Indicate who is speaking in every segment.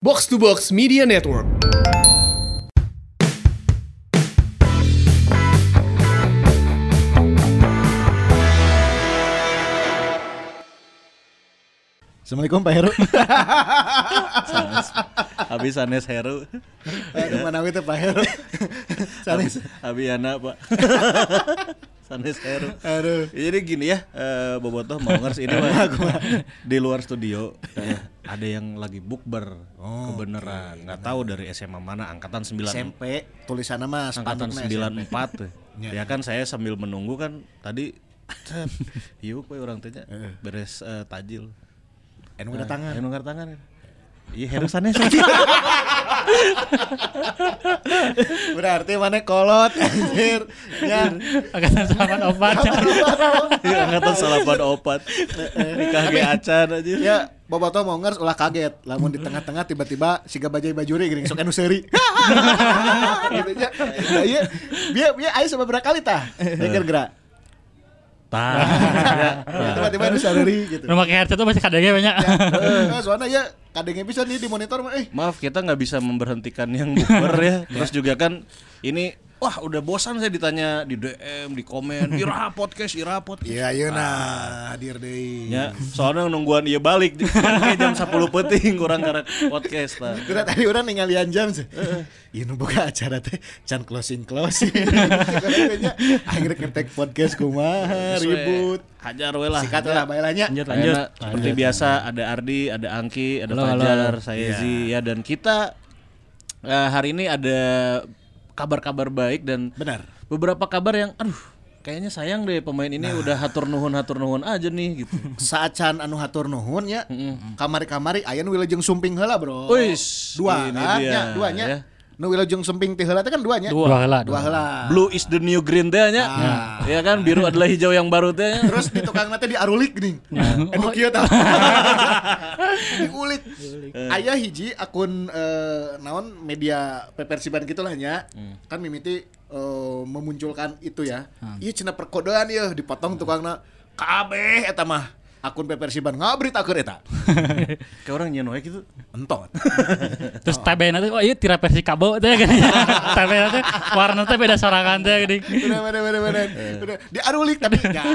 Speaker 1: Box to Box Media Network.
Speaker 2: Assalamualaikum Pak Heru.
Speaker 3: Sanes. Habis Sanes Heru.
Speaker 2: Aduh Eh, mana teh Pak Heru. Sanes.
Speaker 3: Habis Yana, Pak. Sanes Heru.
Speaker 2: Aduh.
Speaker 3: Ya, Jadi gini ya, eh, Bobotoh mau ngers ini mah di luar studio eh, ada yang lagi bukber
Speaker 2: Iya. Oh,
Speaker 3: kebenaran. Nggak tahu dari SMA mana angkatan 9
Speaker 2: SMP tulisannya mas
Speaker 3: angkatan
Speaker 2: sepanduknya
Speaker 3: 94.
Speaker 2: Ya.
Speaker 3: ya kan saya sambil menunggu kan tadi cet, yuk we orang tanya
Speaker 2: Heeh.
Speaker 3: beres eh, tajil.
Speaker 2: SMP. Anu udah Iya. tangan.
Speaker 3: Anu tangan. Iya, Heru Sanes.
Speaker 2: Berarti mana kolot anjir. Ya.
Speaker 4: Angkatan selamat obat.
Speaker 3: Iya, angkatan salapan opat.
Speaker 2: Iya.
Speaker 3: Nikah ge acan aja.
Speaker 2: Ya, Boboto mau ngers ulah kaget. Lamun di tengah-tengah tiba-tiba siga bajai bajuri gering sok anu seuri. Gitu aja. Nah, Iya, dia dia aya sababaraha kali tah? Denger ah. gerak.
Speaker 3: Tah.
Speaker 2: Iya. Tiba-tiba anu seuri gitu.
Speaker 4: Rumah kayak tuh masih kadangnya banyak.
Speaker 2: Ya, eh, soalnya ya kadangnya bisa nih di monitor mah eh
Speaker 3: Maaf kita nggak bisa memberhentikan yang bukber ya. Terus juga kan ini wah udah bosan saya ditanya di DM, di komen, Ira podcast, Ira podcast.
Speaker 2: Iya, iya nah, hadir deh.
Speaker 3: Ya, soalnya nungguan dia balik kan kayak jam 10 peting kurang karek podcast lah.
Speaker 2: Kita tadi orang ninggalian jam sih. Iya nu boga acara teh can closing closing. Akhirnya ngetek podcast kumaha ribut.
Speaker 3: Hajar we lah.
Speaker 2: Sikat lah
Speaker 3: Ya.
Speaker 2: bailanya.
Speaker 4: Lanjut lanjut.
Speaker 3: Karena seperti biasa ada Ardi, ada Angki, ada
Speaker 4: Halo, halo. Iya.
Speaker 3: Fajar, saya Zi ya dan kita eh, hari ini ada kabar-kabar baik dan
Speaker 2: Benar.
Speaker 3: beberapa kabar yang aduh kayaknya sayang deh pemain ini
Speaker 2: Nah.
Speaker 3: udah hatur nuhun hatur nuhun aja nih gitu.
Speaker 2: Saat can anu hatur nuhun ya, kamari-kamari ayeun wilajeng sumping heula, Bro.
Speaker 3: Uish,
Speaker 2: dua
Speaker 3: ini
Speaker 2: kan,
Speaker 3: dia,
Speaker 2: nya, dua nya.
Speaker 3: ya.
Speaker 2: Nu wilajeng sumping teh heula teh kan dua nya.
Speaker 4: Dua heula.
Speaker 2: Dua heula.
Speaker 3: Blue is the new green teh nya. Ya kan biru adalah hijau yang baru teh nya.
Speaker 2: Ah. Terus di tukang nanti di arulik nih.
Speaker 3: Nah. Oh,
Speaker 2: Anu kieu
Speaker 3: iya.
Speaker 2: tah. Di ulik. Aya hiji akun eh, naon media pepersiban gitulah nya.
Speaker 3: Hmm.
Speaker 2: Kan mimiti eh, memunculkan itu ya.
Speaker 3: Hmm.
Speaker 2: Ieu cenah perkodoan ieu dipotong tukangna kabeh eta mah. Akun pepersiban ngabritakeun eta.
Speaker 3: Kayak orang nyenuh gitu.
Speaker 2: Entot.
Speaker 4: Terus tabena tuh oh iya tira versi kabo teh kan. Tabena tuh warna teh beda sorangan teh gini.
Speaker 2: Bener bener bener bener.
Speaker 3: Eh.
Speaker 2: Bener. Di arulik tapi ya.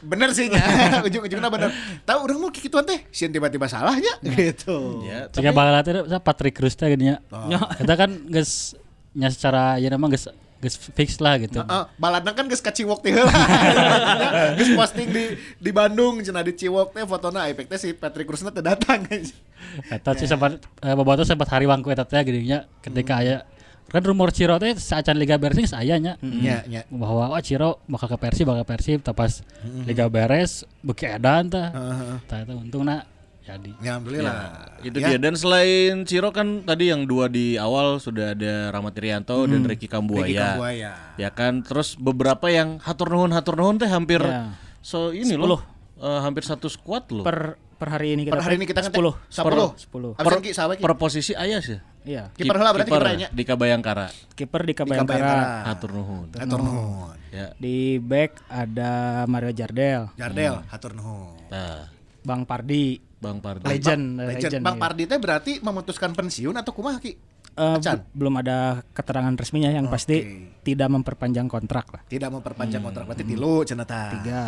Speaker 2: Bener sih nya. Ujung-ujungna bener. Tahu urang mau kikituan teh, sieun tiba-tiba salahnya gitu.
Speaker 3: Ya,
Speaker 4: Jika bahala teh sa Patrick Cruz teh gini nya.
Speaker 2: Oh.
Speaker 4: Nya, Kita kan geus nya secara ya nama geus geus fix lah gitu.
Speaker 2: Heeh, baladna kan geus ka Ciwok teh heula. Geus posting di di Bandung cenah di Ciwok teh fotona efek teh si Patrick Krusna teu datang.
Speaker 3: Hmm.
Speaker 4: Eta
Speaker 2: Ya,
Speaker 4: sih sempat eh, bobotoh sempat hari wangku eta teh gini nya ketika
Speaker 2: Hmm.
Speaker 4: aya kan rumor Ciro teh saacan Liga Bersih saya nya.
Speaker 2: Nya nya.
Speaker 4: bahwa oh Ciro bakal ke Persib bakal ke Persib tapi pas liga beres beki edan tah
Speaker 2: Heeh.
Speaker 4: tah eta untungna jadi
Speaker 2: Ya alhamdulillah.
Speaker 3: Itu
Speaker 2: ya.
Speaker 3: dia dan selain Ciro kan tadi yang dua di awal sudah ada Rahmat Irianto dan Ricky Kambuaya.
Speaker 2: Hmm. Ricky Kambuaya.
Speaker 3: Ya kan terus beberapa yang hatur nuhun hatur nuhun teh hampir
Speaker 4: Ya.
Speaker 3: so ini loh. eh, hampir satu squad loh.
Speaker 5: per per hari ini kita
Speaker 2: Per hari ini kita kan ngetek
Speaker 5: 10
Speaker 2: 10. 10.
Speaker 5: 10.
Speaker 2: Absen ki sawe ki.
Speaker 3: Ya. per posisi ayah sih.
Speaker 5: iya
Speaker 2: Kiper heula berarti
Speaker 3: Kiper,
Speaker 2: kiper nya.
Speaker 3: Dika Bayangkara.
Speaker 5: kiper di
Speaker 2: Bayangkara.
Speaker 5: Kabayangkara
Speaker 2: Ah.
Speaker 3: Hatur nuhun.
Speaker 2: Hatur nuhun.
Speaker 3: Ya.
Speaker 5: di back ada Mario Jardel
Speaker 2: Jardel,
Speaker 3: Hmm.
Speaker 2: hatur nuhun.
Speaker 3: Nah,
Speaker 5: Bang Pardi
Speaker 3: Bang Pardi.
Speaker 5: legend
Speaker 2: Legend. Bang
Speaker 5: iya.
Speaker 2: Pardi teh berarti memutuskan pensiun atau kumaha ki?
Speaker 5: Eh,
Speaker 2: Acan.
Speaker 5: b- belum ada keterangan resminya yang pasti tidak memperpanjang kontrak lah
Speaker 2: Tidak memperpanjang kontrak berarti tilu cenah tah.
Speaker 5: ya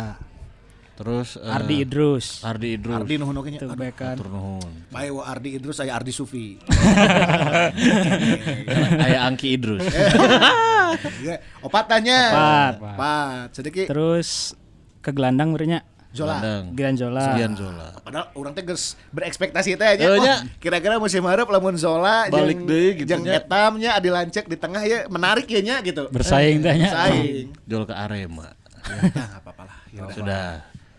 Speaker 3: Terus eh,
Speaker 5: Ardi Idrus
Speaker 3: Ardi Idrus.
Speaker 2: Ardi nuhun oge nya.
Speaker 5: itu back kan
Speaker 3: Hatur nuhun.
Speaker 2: Bae wa Ardi Idrus aya Ardi Sufi.
Speaker 3: Ayah Angki Idrus.
Speaker 5: Eh,
Speaker 2: Ya, opat tanya.
Speaker 5: Opat.
Speaker 2: Opat. Sedikit
Speaker 5: terus ke gelandang menurutnya
Speaker 2: Zola.
Speaker 3: Landang.
Speaker 5: Giran Zola
Speaker 3: Gian Zola.
Speaker 2: Padahal orang teh geus berekspektasi teh aja.
Speaker 3: Euy, nya.
Speaker 2: Wah, kira-kira musim hareup lamun Zola
Speaker 3: Balik deui gitu
Speaker 2: jeung
Speaker 3: nya.
Speaker 2: Etam nya Adi Lancek di tengah ya menarik ya nya gitu.
Speaker 5: Eh,
Speaker 4: bersaing teh nya
Speaker 2: Bersaing.
Speaker 3: Jol ke Arema.
Speaker 2: Nah, enggak apa-apa lah. Ya, udah.
Speaker 3: Sudah.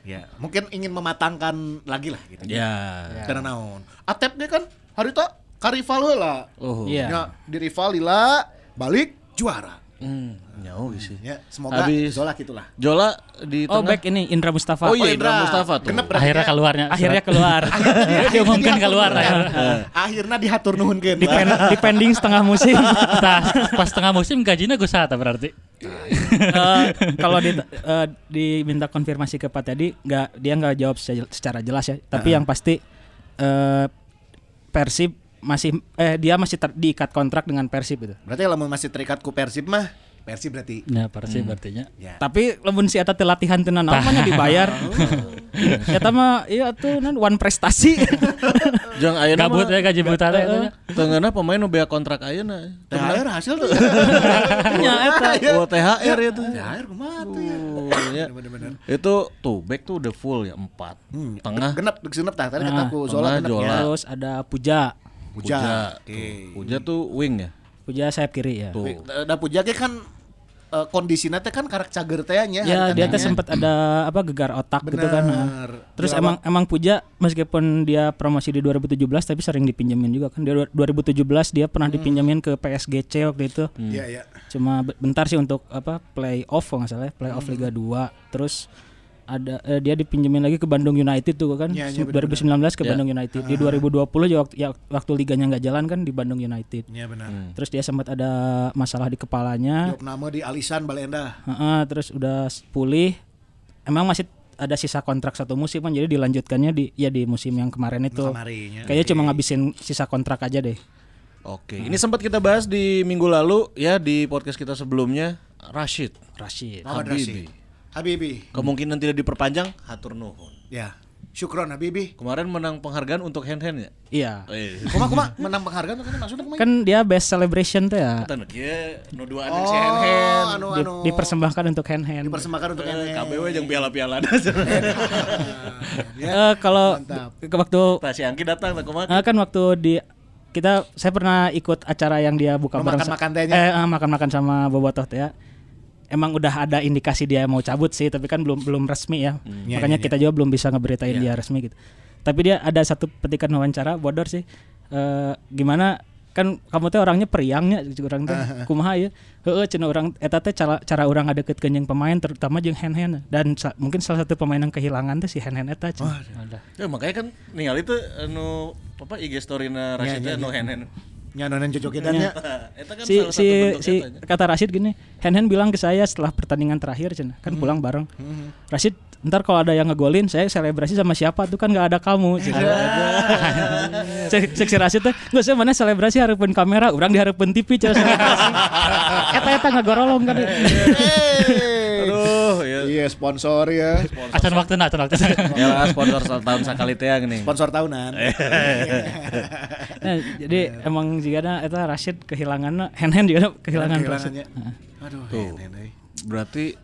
Speaker 2: Ya, mungkin ingin mematangkan lagi lah gitu.
Speaker 3: Ya.
Speaker 2: Karena naon? Atep dia kan harita ka rival heula.
Speaker 3: Oh.
Speaker 5: Iya.
Speaker 2: Nya di rival lila balik juara.
Speaker 3: Hmm, nyaho ge sih.
Speaker 2: Ya, semoga
Speaker 3: Habis.
Speaker 2: Zola gitulah.
Speaker 3: Jola di
Speaker 5: oh
Speaker 3: tengah.
Speaker 5: back ini Indra
Speaker 3: Oh
Speaker 5: Mustafa
Speaker 3: iya, Indra Mustafa tuh.
Speaker 2: Genep berarti
Speaker 4: akhirnya
Speaker 2: nya.
Speaker 4: keluarnya
Speaker 5: akhirnya keluar
Speaker 4: diumumkan keluar
Speaker 2: Eh, Akhirnya dihatur nuhunkeun.
Speaker 5: ya. di, pen, di pending setengah musim
Speaker 4: Tah, pas tengah musim gajinya gue sata berarti
Speaker 5: Eh, kalau di, eh, diminta konfirmasi ke Pak Teddy nggak dia nggak jawab se- secara jelas ya tapi yang pasti eh Persib masih eh dia masih ter- diikat kontrak dengan Persib gitu.
Speaker 2: Berarti lamun masih terikat ku Persib mah, Persib berarti.
Speaker 4: Nah, Persib berartinya.
Speaker 2: Ya.
Speaker 5: Tapi lamun si eta teu latihan teu naon mah nya dibayar. Eta mah iya ieu atuh naon one prestasi.
Speaker 3: Jang ayeuna
Speaker 4: Gabut
Speaker 3: mah-
Speaker 4: ya gaji buta teh
Speaker 3: Heeh.
Speaker 4: tanya.
Speaker 3: Tengenah pemain nu bea kontrak ayeuna.
Speaker 5: Nah.
Speaker 2: THR hasil tuh.
Speaker 5: Nya eta.
Speaker 3: Oh, THR ya
Speaker 5: Iya.
Speaker 3: tuh.
Speaker 2: THR kumaha tuh ya.
Speaker 3: Oh, ya. Itu tuh back tuh udah full ya empat
Speaker 5: Hmm.
Speaker 3: Tengah
Speaker 2: Genep, genep tah. Tadi kata ku
Speaker 3: tengah
Speaker 2: Zola genep. ya.
Speaker 3: Zola.
Speaker 5: Terus ada Puja.
Speaker 2: Puja.
Speaker 3: Tuh. Puja tuh wing ya.
Speaker 5: Puja sayap kiri ya.
Speaker 3: Tuh.
Speaker 2: Da Puja ge kan eh, kondisinya teh kan karak cager teh nya.
Speaker 5: Ya,
Speaker 2: hari
Speaker 5: dia
Speaker 2: tandingnya.
Speaker 5: teh sempat ada apa gegar otak gitu kan. nah.
Speaker 2: Bener.
Speaker 5: Terus
Speaker 2: Dilawak.
Speaker 5: emang emang Puja meskipun dia promosi di 2017 tapi sering dipinjemin juga kan. Dia du- 2017 dia pernah
Speaker 2: Hmm.
Speaker 5: dipinjemin ke PSGC waktu itu.
Speaker 2: Iya, iya.
Speaker 5: Cuma be- bentar sih untuk apa playoff kalau nggak salah, ya, playoff
Speaker 2: Hmm.
Speaker 5: Liga 2. Terus ada eh, dia dipinjemin lagi ke Bandung United tuh kan.
Speaker 2: Iya, Ah. iya,
Speaker 5: Se- 2019 ke Bandung United. Di 2020 juga waktu, ya, waktu liganya nggak jalan kan di Bandung United.
Speaker 2: Iya benar.
Speaker 5: Terus dia sempat ada masalah di kepalanya.
Speaker 2: Jok nama di Alisan Balenda.
Speaker 5: Heeh, terus udah s- pulih. Emang masih ada sisa kontrak satu musim kan jadi dilanjutkannya di ya di musim yang kemarin itu.
Speaker 2: Kemarin, ya.
Speaker 5: Kayaknya cuma ngabisin sisa kontrak aja deh.
Speaker 3: Oke, ini sempat kita bahas di minggu lalu ya di podcast kita sebelumnya Rashid
Speaker 5: Rashid.
Speaker 2: Muhammad
Speaker 3: Habibi.
Speaker 2: Rashid. Habibi.
Speaker 3: Kemungkinan tidak diperpanjang, hatur nuhun.
Speaker 2: Ya. Syukron Habibi.
Speaker 3: Kemarin menang penghargaan untuk hand hand ya.
Speaker 5: Iya.
Speaker 3: Eh,
Speaker 2: Kuma kuma menang penghargaan kan maksudnya kumaha?
Speaker 5: Kan dia best celebration tuh ya.
Speaker 3: kita nu kieu nu duaan
Speaker 2: Oh,
Speaker 3: si hand hand.
Speaker 2: anu
Speaker 5: Di-
Speaker 2: anu.
Speaker 5: dipersembahkan untuk hand hand.
Speaker 2: Dipersembahkan untuk NN.
Speaker 3: KBW yang piala-piala ada.
Speaker 5: Eh, kalau ke waktu
Speaker 3: Tah Nah, si Angki datang tak kumaha?
Speaker 5: eh, kan waktu di kita saya pernah ikut acara yang dia buka
Speaker 2: Lo
Speaker 5: bareng
Speaker 2: makan-makan
Speaker 5: sa-
Speaker 2: tehnya?
Speaker 5: eh, eh, makan-makan sama Bobotoh teh ya. Emang udah ada indikasi dia mau cabut sih, tapi kan belum belum resmi ya.
Speaker 2: Ya,
Speaker 5: Makanya
Speaker 2: ya,
Speaker 5: kita juga belum bisa ngeberitain dia resmi gitu. Tapi dia ada satu petikan wawancara bodor sih. Eh, gimana kan kamu teh orangnya periangnya gitu, orang teh kumaha ya heeh cenah orang eta teh cara cara orang ngadeukeut ke jeung pemain terutama jeung hand hand dan sa- mungkin salah satu pemain yang kehilangan teh si hand hand eta cenah.
Speaker 3: Ya makanya kan ningali teh anu apa IG story-na Rashid teh nu hand hand.
Speaker 2: Nya anu, nonen cocokedannya.
Speaker 3: Tah, Eta kan
Speaker 5: si
Speaker 3: salah
Speaker 5: si
Speaker 3: satu bentuk
Speaker 5: si
Speaker 3: etanya.
Speaker 5: kata Rashid gini Hen Hen bilang ke saya setelah pertandingan terakhir cina
Speaker 3: Hmm.
Speaker 5: kan pulang bareng Rashid ntar kalau ada yang ngegolin saya selebrasi sama siapa tuh kan nggak ada kamu
Speaker 3: Iya.
Speaker 5: cina Cek- cek si Rashid tuh nggak saya mana selebrasi harapin kamera orang diharapin TV cina selebrasi eta eta ngegorolong kan
Speaker 3: Iya,
Speaker 2: Hey.
Speaker 3: Aduh, ya.
Speaker 2: Iya sponsor ya.
Speaker 3: iya.
Speaker 4: Acan waktu nah, acan waktu.
Speaker 3: Ya lah sponsor setahun sekali teh gini.
Speaker 2: Sponsor tahunan.
Speaker 5: Nah, jadi
Speaker 3: Iya.
Speaker 5: emang jika ada eta Rashid kehilangan Hen Hen juga kehilangan Rashid. Nah,
Speaker 2: Kehilangannya. Aduh, nenek.
Speaker 3: Berarti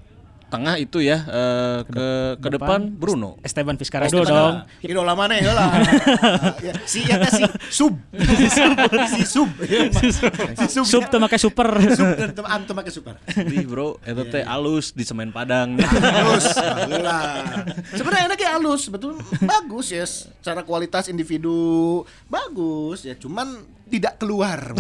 Speaker 3: tengah itu ya eh, ke ke depan Bruno.
Speaker 5: Esteban
Speaker 3: Oh,
Speaker 5: Vizcarra dulu dong
Speaker 2: Idola mana ya lah. Ya, Si ya si sub. si sub. Ya, Ma. Si sub.
Speaker 5: sub tuh pakai super
Speaker 2: Sub dan tem- antum pakai super.
Speaker 3: Ih bro, eta
Speaker 2: Iya,
Speaker 3: teh alus di semen Padang.
Speaker 2: Halus. Alhamdulillah. Sebenarnya enaknya halus, betul bagus ya. Secara kualitas individu bagus ya, cuman tidak keluar.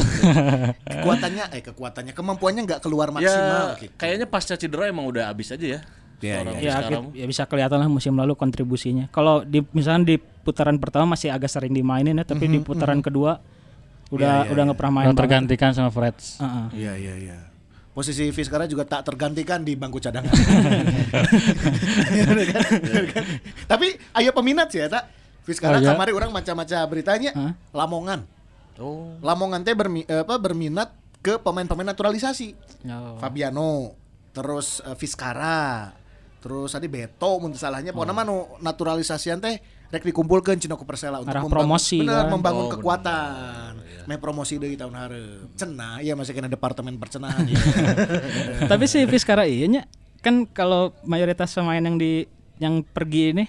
Speaker 2: Kekuatannya eh kekuatannya kemampuannya nggak keluar
Speaker 3: ya
Speaker 2: maksimal gitu.
Speaker 3: kayaknya pasca cedera emang udah abis aja ya.
Speaker 2: Ya,
Speaker 3: Orang
Speaker 5: ya,
Speaker 3: sekarang.
Speaker 5: ya bisa kelihatan lah musim lalu kontribusinya. Kalau di misalnya di putaran pertama masih agak sering dimainin ya, tapi di putaran kedua udah udah nggak pernah main.
Speaker 4: Udah
Speaker 5: banget.
Speaker 4: tergantikan sama Freds.
Speaker 5: Heeh.
Speaker 2: Iya iya iya. Posisi Fiskara juga tak tergantikan di bangku cadangan. Bener kan? Bener kan? Tapi ayo peminat sih ya tak. Fiskara
Speaker 4: Oh, iya.
Speaker 2: kemarin orang macam-macam beritanya
Speaker 5: Hah?
Speaker 2: Lamongan.
Speaker 3: Oh.
Speaker 2: Lamongan teh bermi- eh, apa, berminat ke pemain-pemain naturalisasi.
Speaker 5: Oh.
Speaker 2: Oh. Fabiano, terus eh, Fiskara, terus tadi Beto mun teu
Speaker 5: Oh.
Speaker 2: salahnya pokoknya mah nu naturalisasian teh rek dikumpulkeun cina ku Persela untuk
Speaker 5: Arah
Speaker 2: membangun-
Speaker 5: promosi,
Speaker 2: bener,
Speaker 5: kan?
Speaker 2: membangun kekuatan. Meh promosi deui tahun hareup. Cenah ieu masih kena departemen percenahan ieu.
Speaker 5: tapi si Vizcarra iya nya, kan kalau mayoritas pemain yang di yang pergi ini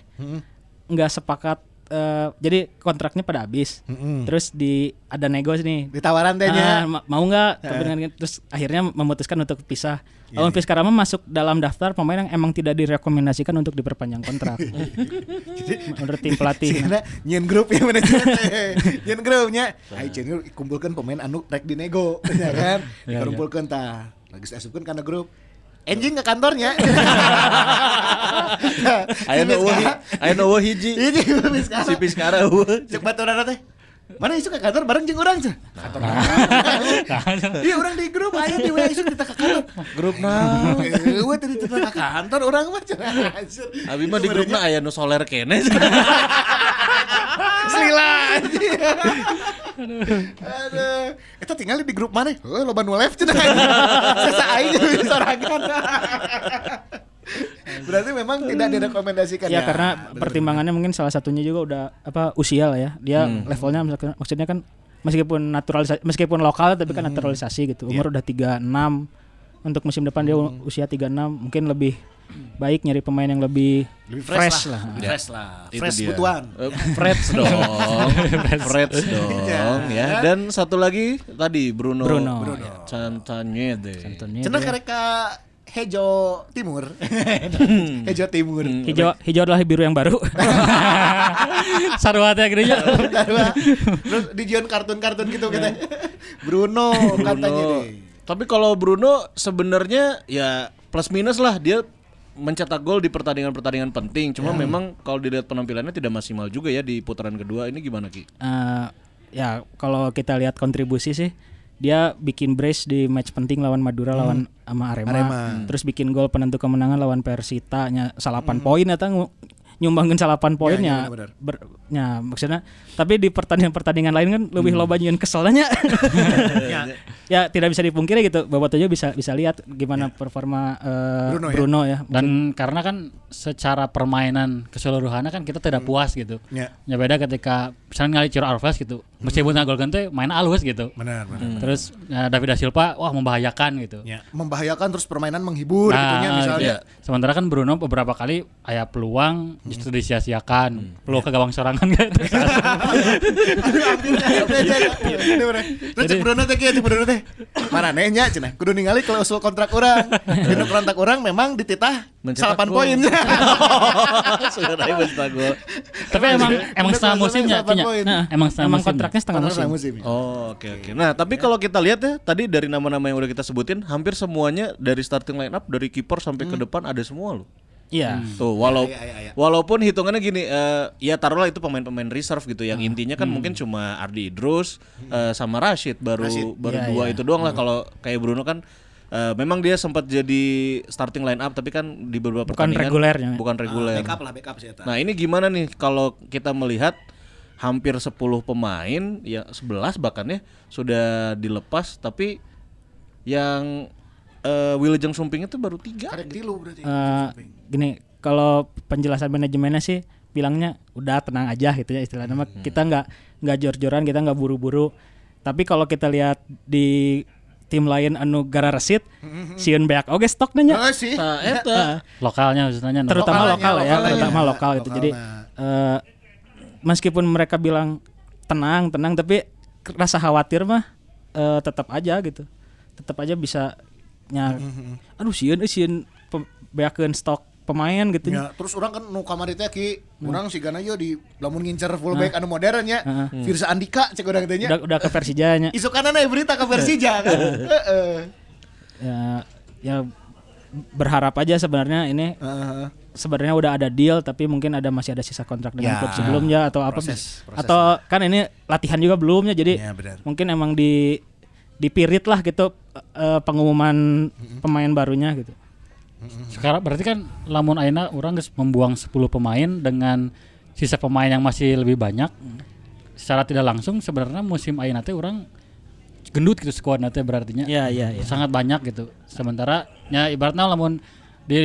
Speaker 5: nggak sepakat eh, jadi kontraknya pada habis. Terus di ada nego nih
Speaker 2: Ditawaran teh nya.
Speaker 5: Ah, ma- mau nggak Kemudian terus akhirnya memutuskan untuk pisah. Lawan Vizcarra mah masuk dalam daftar pemain yang emang tidak direkomendasikan untuk diperpanjang kontrak. Menurut tim pelatih.
Speaker 2: Cina nyen grup ya mana cina teh. nyen grupnya. Hai cina kumpulkan pemain anu rek dinego ya kan. Dikumpulkan tah. Lagi asupkan kana grup. Anjing ke kantornya. Nah,
Speaker 3: Ayo nu eueuh hi- ayo nu eueuh hiji.
Speaker 2: Ini bis
Speaker 3: Si Piskara eueuh.
Speaker 2: Cek baturan teh. Mana isu ke kantor bareng jeung urang cen. Kantor. Iya orang di grup ayo di WA isu kita ke kantor.
Speaker 3: Grup naon?
Speaker 2: Eh, Wah tadi kita ke kantor orang mah cen. Anjir.
Speaker 3: Abi mah
Speaker 2: Itu
Speaker 3: di nah, Iya. grupna aya nu soler kene.
Speaker 2: Selila anjing. Aduh. Eta tinggal di grup mana? Heuh, loba nu left cenah. Sesa aing jadi sorangan. Berarti memang tidak direkomendasikan
Speaker 5: ya, karena pertimbangannya mungkin salah satunya juga udah apa usia lah ya dia levelnya misalkan- maksudnya kan meskipun naturalisasi meskipun lokal tapi kan naturalisasi gitu umur udah 36 untuk musim depan dia usia 36 mungkin lebih baik nyari pemain yang lebih,
Speaker 2: Lebih fresh
Speaker 5: fresh, lah,
Speaker 3: Ya.
Speaker 2: Fresh lah.
Speaker 3: Itu
Speaker 2: Fresh
Speaker 3: dia.
Speaker 2: butuan.
Speaker 3: Eh, Freds dong. Freds dong ya. Dan satu lagi tadi Bruno.
Speaker 5: Bruno.
Speaker 3: Bruno. Cantanyede.
Speaker 5: Tentunya
Speaker 2: Cenah
Speaker 5: dia-
Speaker 2: karek ka Hejo Timur. Hejo Timur.
Speaker 5: hijau hijau adalah biru yang baru ya,
Speaker 4: Sarwa teh gini nya.
Speaker 2: Kedua, Terus di Jion kartun-kartun gitu kita. Bruno katanya
Speaker 3: Bruno.
Speaker 2: deh.
Speaker 3: Tapi kalau Bruno sebenarnya ya plus minus lah dia mencetak gol di pertandingan-pertandingan penting. Cuma memang kalau dilihat penampilannya tidak maksimal juga ya di putaran kedua. Ini gimana Ki?
Speaker 5: Eh, ya kalau kita lihat kontribusi sih dia bikin brace di match penting lawan Madura lawan sama Hmm. Arema, terus bikin gol penentu kemenangan lawan Persita nya salapan poin eta ngu- nyumbangin salapan poinnya ya, maksudnya tapi di pertandingan pertandingan lain kan lebih loba nyian keselnya ya, ya tidak bisa dipungkiri gitu Babatojo bisa bisa lihat gimana performa eh,
Speaker 2: Bruno
Speaker 5: Ya. Bruno,
Speaker 2: ya?
Speaker 5: ya,
Speaker 4: Dan karena kan secara permainan keseluruhannya kan kita tidak puas gitu.
Speaker 2: Ya. Hmm.
Speaker 4: Ya beda ketika misalnya ngali Ciro Alves gitu. Meskipun nggak gol teh main alus gitu.
Speaker 2: Benar, benar.
Speaker 4: Terus ya, David da Silva wah membahayakan gitu.
Speaker 2: Membahayakan terus permainan menghibur gitunya Ya. misalnya.
Speaker 4: iya. Sementara kan Bruno beberapa kali aya peluang
Speaker 2: Hmm.
Speaker 4: justru disia-siakan. Peluang
Speaker 2: Ya.
Speaker 4: ke gawang sorangan gitu.
Speaker 2: Terus cek Bruno teh kieu, cek Bruno teh. Mana nehnya cenah kudu ningali klausul kontrak orang. Dinu kontrak orang memang dititah
Speaker 3: Mencetak
Speaker 2: salapan
Speaker 3: gol.
Speaker 2: poin.
Speaker 3: Sebenarnya mencetak gol.
Speaker 4: Tapi emang emang
Speaker 2: Bener,
Speaker 4: setengah
Speaker 2: Mas,
Speaker 4: musimnya,
Speaker 2: delapan
Speaker 4: Cinya.
Speaker 2: poin.
Speaker 4: Nah, emang setengah
Speaker 5: emang
Speaker 4: musimnya.
Speaker 5: kontraknya setengah musim
Speaker 2: Kontrak musim. ya.
Speaker 3: Oh, oke oke. Nah, tapi kalau kita lihat ya, tadi dari nama-nama yang udah kita sebutin, hampir semuanya dari starting line up dari kiper sampai ke depan ada semua loh.
Speaker 5: iya
Speaker 3: Tuh, walau walaupun hitungannya gini, eh, ya taruhlah itu pemain-pemain reserve gitu
Speaker 5: Hmm.
Speaker 3: yang intinya kan mungkin cuma Ardi Idrus eh, sama Rashid baru baru
Speaker 5: Iya,
Speaker 3: dua itu doang lah
Speaker 5: Hmm.
Speaker 3: kalau kayak Bruno kan eh, memang dia sempat jadi starting line up tapi kan di beberapa
Speaker 5: Bukan
Speaker 3: pertandingan
Speaker 5: regulernya.
Speaker 3: bukan reguler.
Speaker 2: Backup lah, backup sih eta.
Speaker 3: Nah ini gimana nih kalau kita melihat hampir 10 pemain ya 11 bahkan ya sudah dilepas tapi yang eh, Wilujeng Sumping itu baru tiga.
Speaker 2: Karek dilu berarti.
Speaker 5: Eh, gini kalau penjelasan manajemennya sih bilangnya udah tenang aja gitu ya istilahnya mah kita nggak nggak jor-joran kita nggak buru-buru tapi kalau kita lihat di tim lain anu gara resit sieun beak oge stok nanya
Speaker 2: Heeh sih.
Speaker 3: Nah, eta.
Speaker 4: Lokalnya khususnya. no.
Speaker 5: terutama
Speaker 2: Kan Lokalnya,
Speaker 5: lokal ya
Speaker 2: lokalnya.
Speaker 5: terutama lokal gitu jadi eh, meskipun mereka bilang tenang tenang tapi rasa khawatir mah eh, tetap aja gitu tetap aja bisa nya
Speaker 2: Mm-hmm.
Speaker 5: aduh sieun eh, sieun pe- beakeun stok pemain gitu
Speaker 2: Ya, terus orang kan nu kamari teh ki, urang sigana yo di lamun ngincer fullback anu modern nya. Firsa Andika cek urang teh nya.
Speaker 5: udah udah ke Persija nya
Speaker 2: Isu kanan aya berita ke Persija kan. Heeh.
Speaker 5: ya, ya berharap aja sebenarnya ini
Speaker 2: Heeh.
Speaker 5: sebenarnya udah ada deal tapi mungkin ada masih ada sisa kontrak
Speaker 2: Ya,
Speaker 5: dengan klub sebelumnya atau apa
Speaker 2: proses- proses
Speaker 5: atau kan ini latihan juga belumnya jadi
Speaker 2: Ya, benar.
Speaker 5: mungkin emang di dipirit lah gitu eh, pengumuman
Speaker 2: Mm-hmm.
Speaker 5: pemain barunya gitu
Speaker 4: Sekarang berarti kan lamun aina orang geus membuang 10 pemain dengan sisa pemain yang masih lebih banyak. Secara tidak langsung sebenarnya musim aina teh orang gendut gitu skuadna teh berartinya.
Speaker 5: ya ya ya
Speaker 4: sangat banyak gitu. Sementara ya ibaratnya lamun di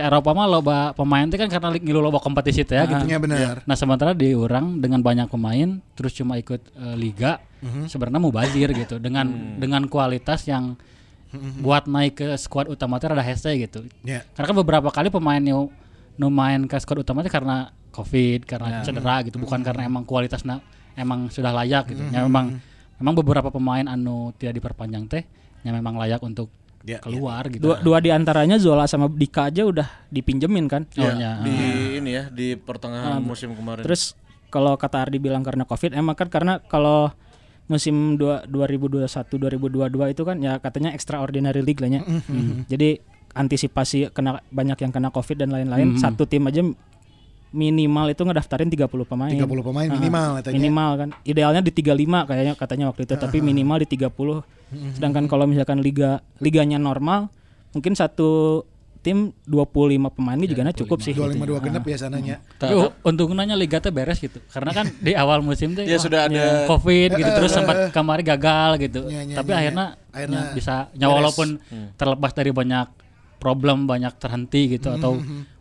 Speaker 4: Eropa mah loba pemain teh kan karena ngilu loba kompetisi teh ya gitu.
Speaker 2: Ya benar.
Speaker 4: Nah sementara di orang dengan banyak pemain terus cuma ikut eh, liga sebenarnya mubazir gitu dengan dengan kualitas yang buat naik ke skuad utama teh rada hese gitu.
Speaker 2: Ya.
Speaker 4: Karena kan beberapa kali pemain yang nu main ke skuad utama teh karena covid karena cedera gitu bukan karena emang kualitasnya emang sudah layak gitu. Ya memang memang beberapa pemain anu tidak diperpanjang teh yang memang layak untuk
Speaker 2: Ya,
Speaker 4: keluar gitu.
Speaker 5: dua dua diantaranya Zola sama Dika aja udah dipinjemin kan
Speaker 4: Oh, ya.
Speaker 3: di ini ya di pertengahan musim kemarin.
Speaker 5: Ah, Terus kalau kata Ardi bilang karena Covid emang kan karena kalau musim dua- 2021 2022 itu kan ya katanya extraordinary league lah ya.
Speaker 2: Mm-hmm.
Speaker 5: Jadi antisipasi kena banyak yang kena Covid dan lain-lain
Speaker 2: Mm-hmm.
Speaker 5: satu tim aja minimal itu ngedaftarin 30 pemain. Ah,
Speaker 2: 30 pemain minimal katanya. Ah.
Speaker 5: Minimal kan. Idealnya di 35 kayaknya katanya waktu itu tapi minimal di
Speaker 2: Mm-hmm.
Speaker 5: 30. Sedangkan kalau misalkan liga liganya normal mungkin satu tim 25 pemain ge juga na cukup
Speaker 2: 25
Speaker 5: sih. gitu.
Speaker 2: Ya, dua genep ya sananya.
Speaker 4: Tapi u- untung nanya liga teh beres gitu. Karena kan di awal musim teh
Speaker 3: Ya,
Speaker 4: wah,
Speaker 3: sudah ada- Eh,
Speaker 4: covid gitu terus sempat kemarin gagal gitu.
Speaker 2: Ya,
Speaker 3: Iya,
Speaker 2: ya,
Speaker 4: Tapi
Speaker 2: ya, ya.
Speaker 4: akhirnya,
Speaker 2: Akhirnya
Speaker 4: ya bisa ya walaupun
Speaker 3: Hmm.
Speaker 4: terlepas dari banyak problem banyak terhenti gitu
Speaker 3: Hmm,
Speaker 4: atau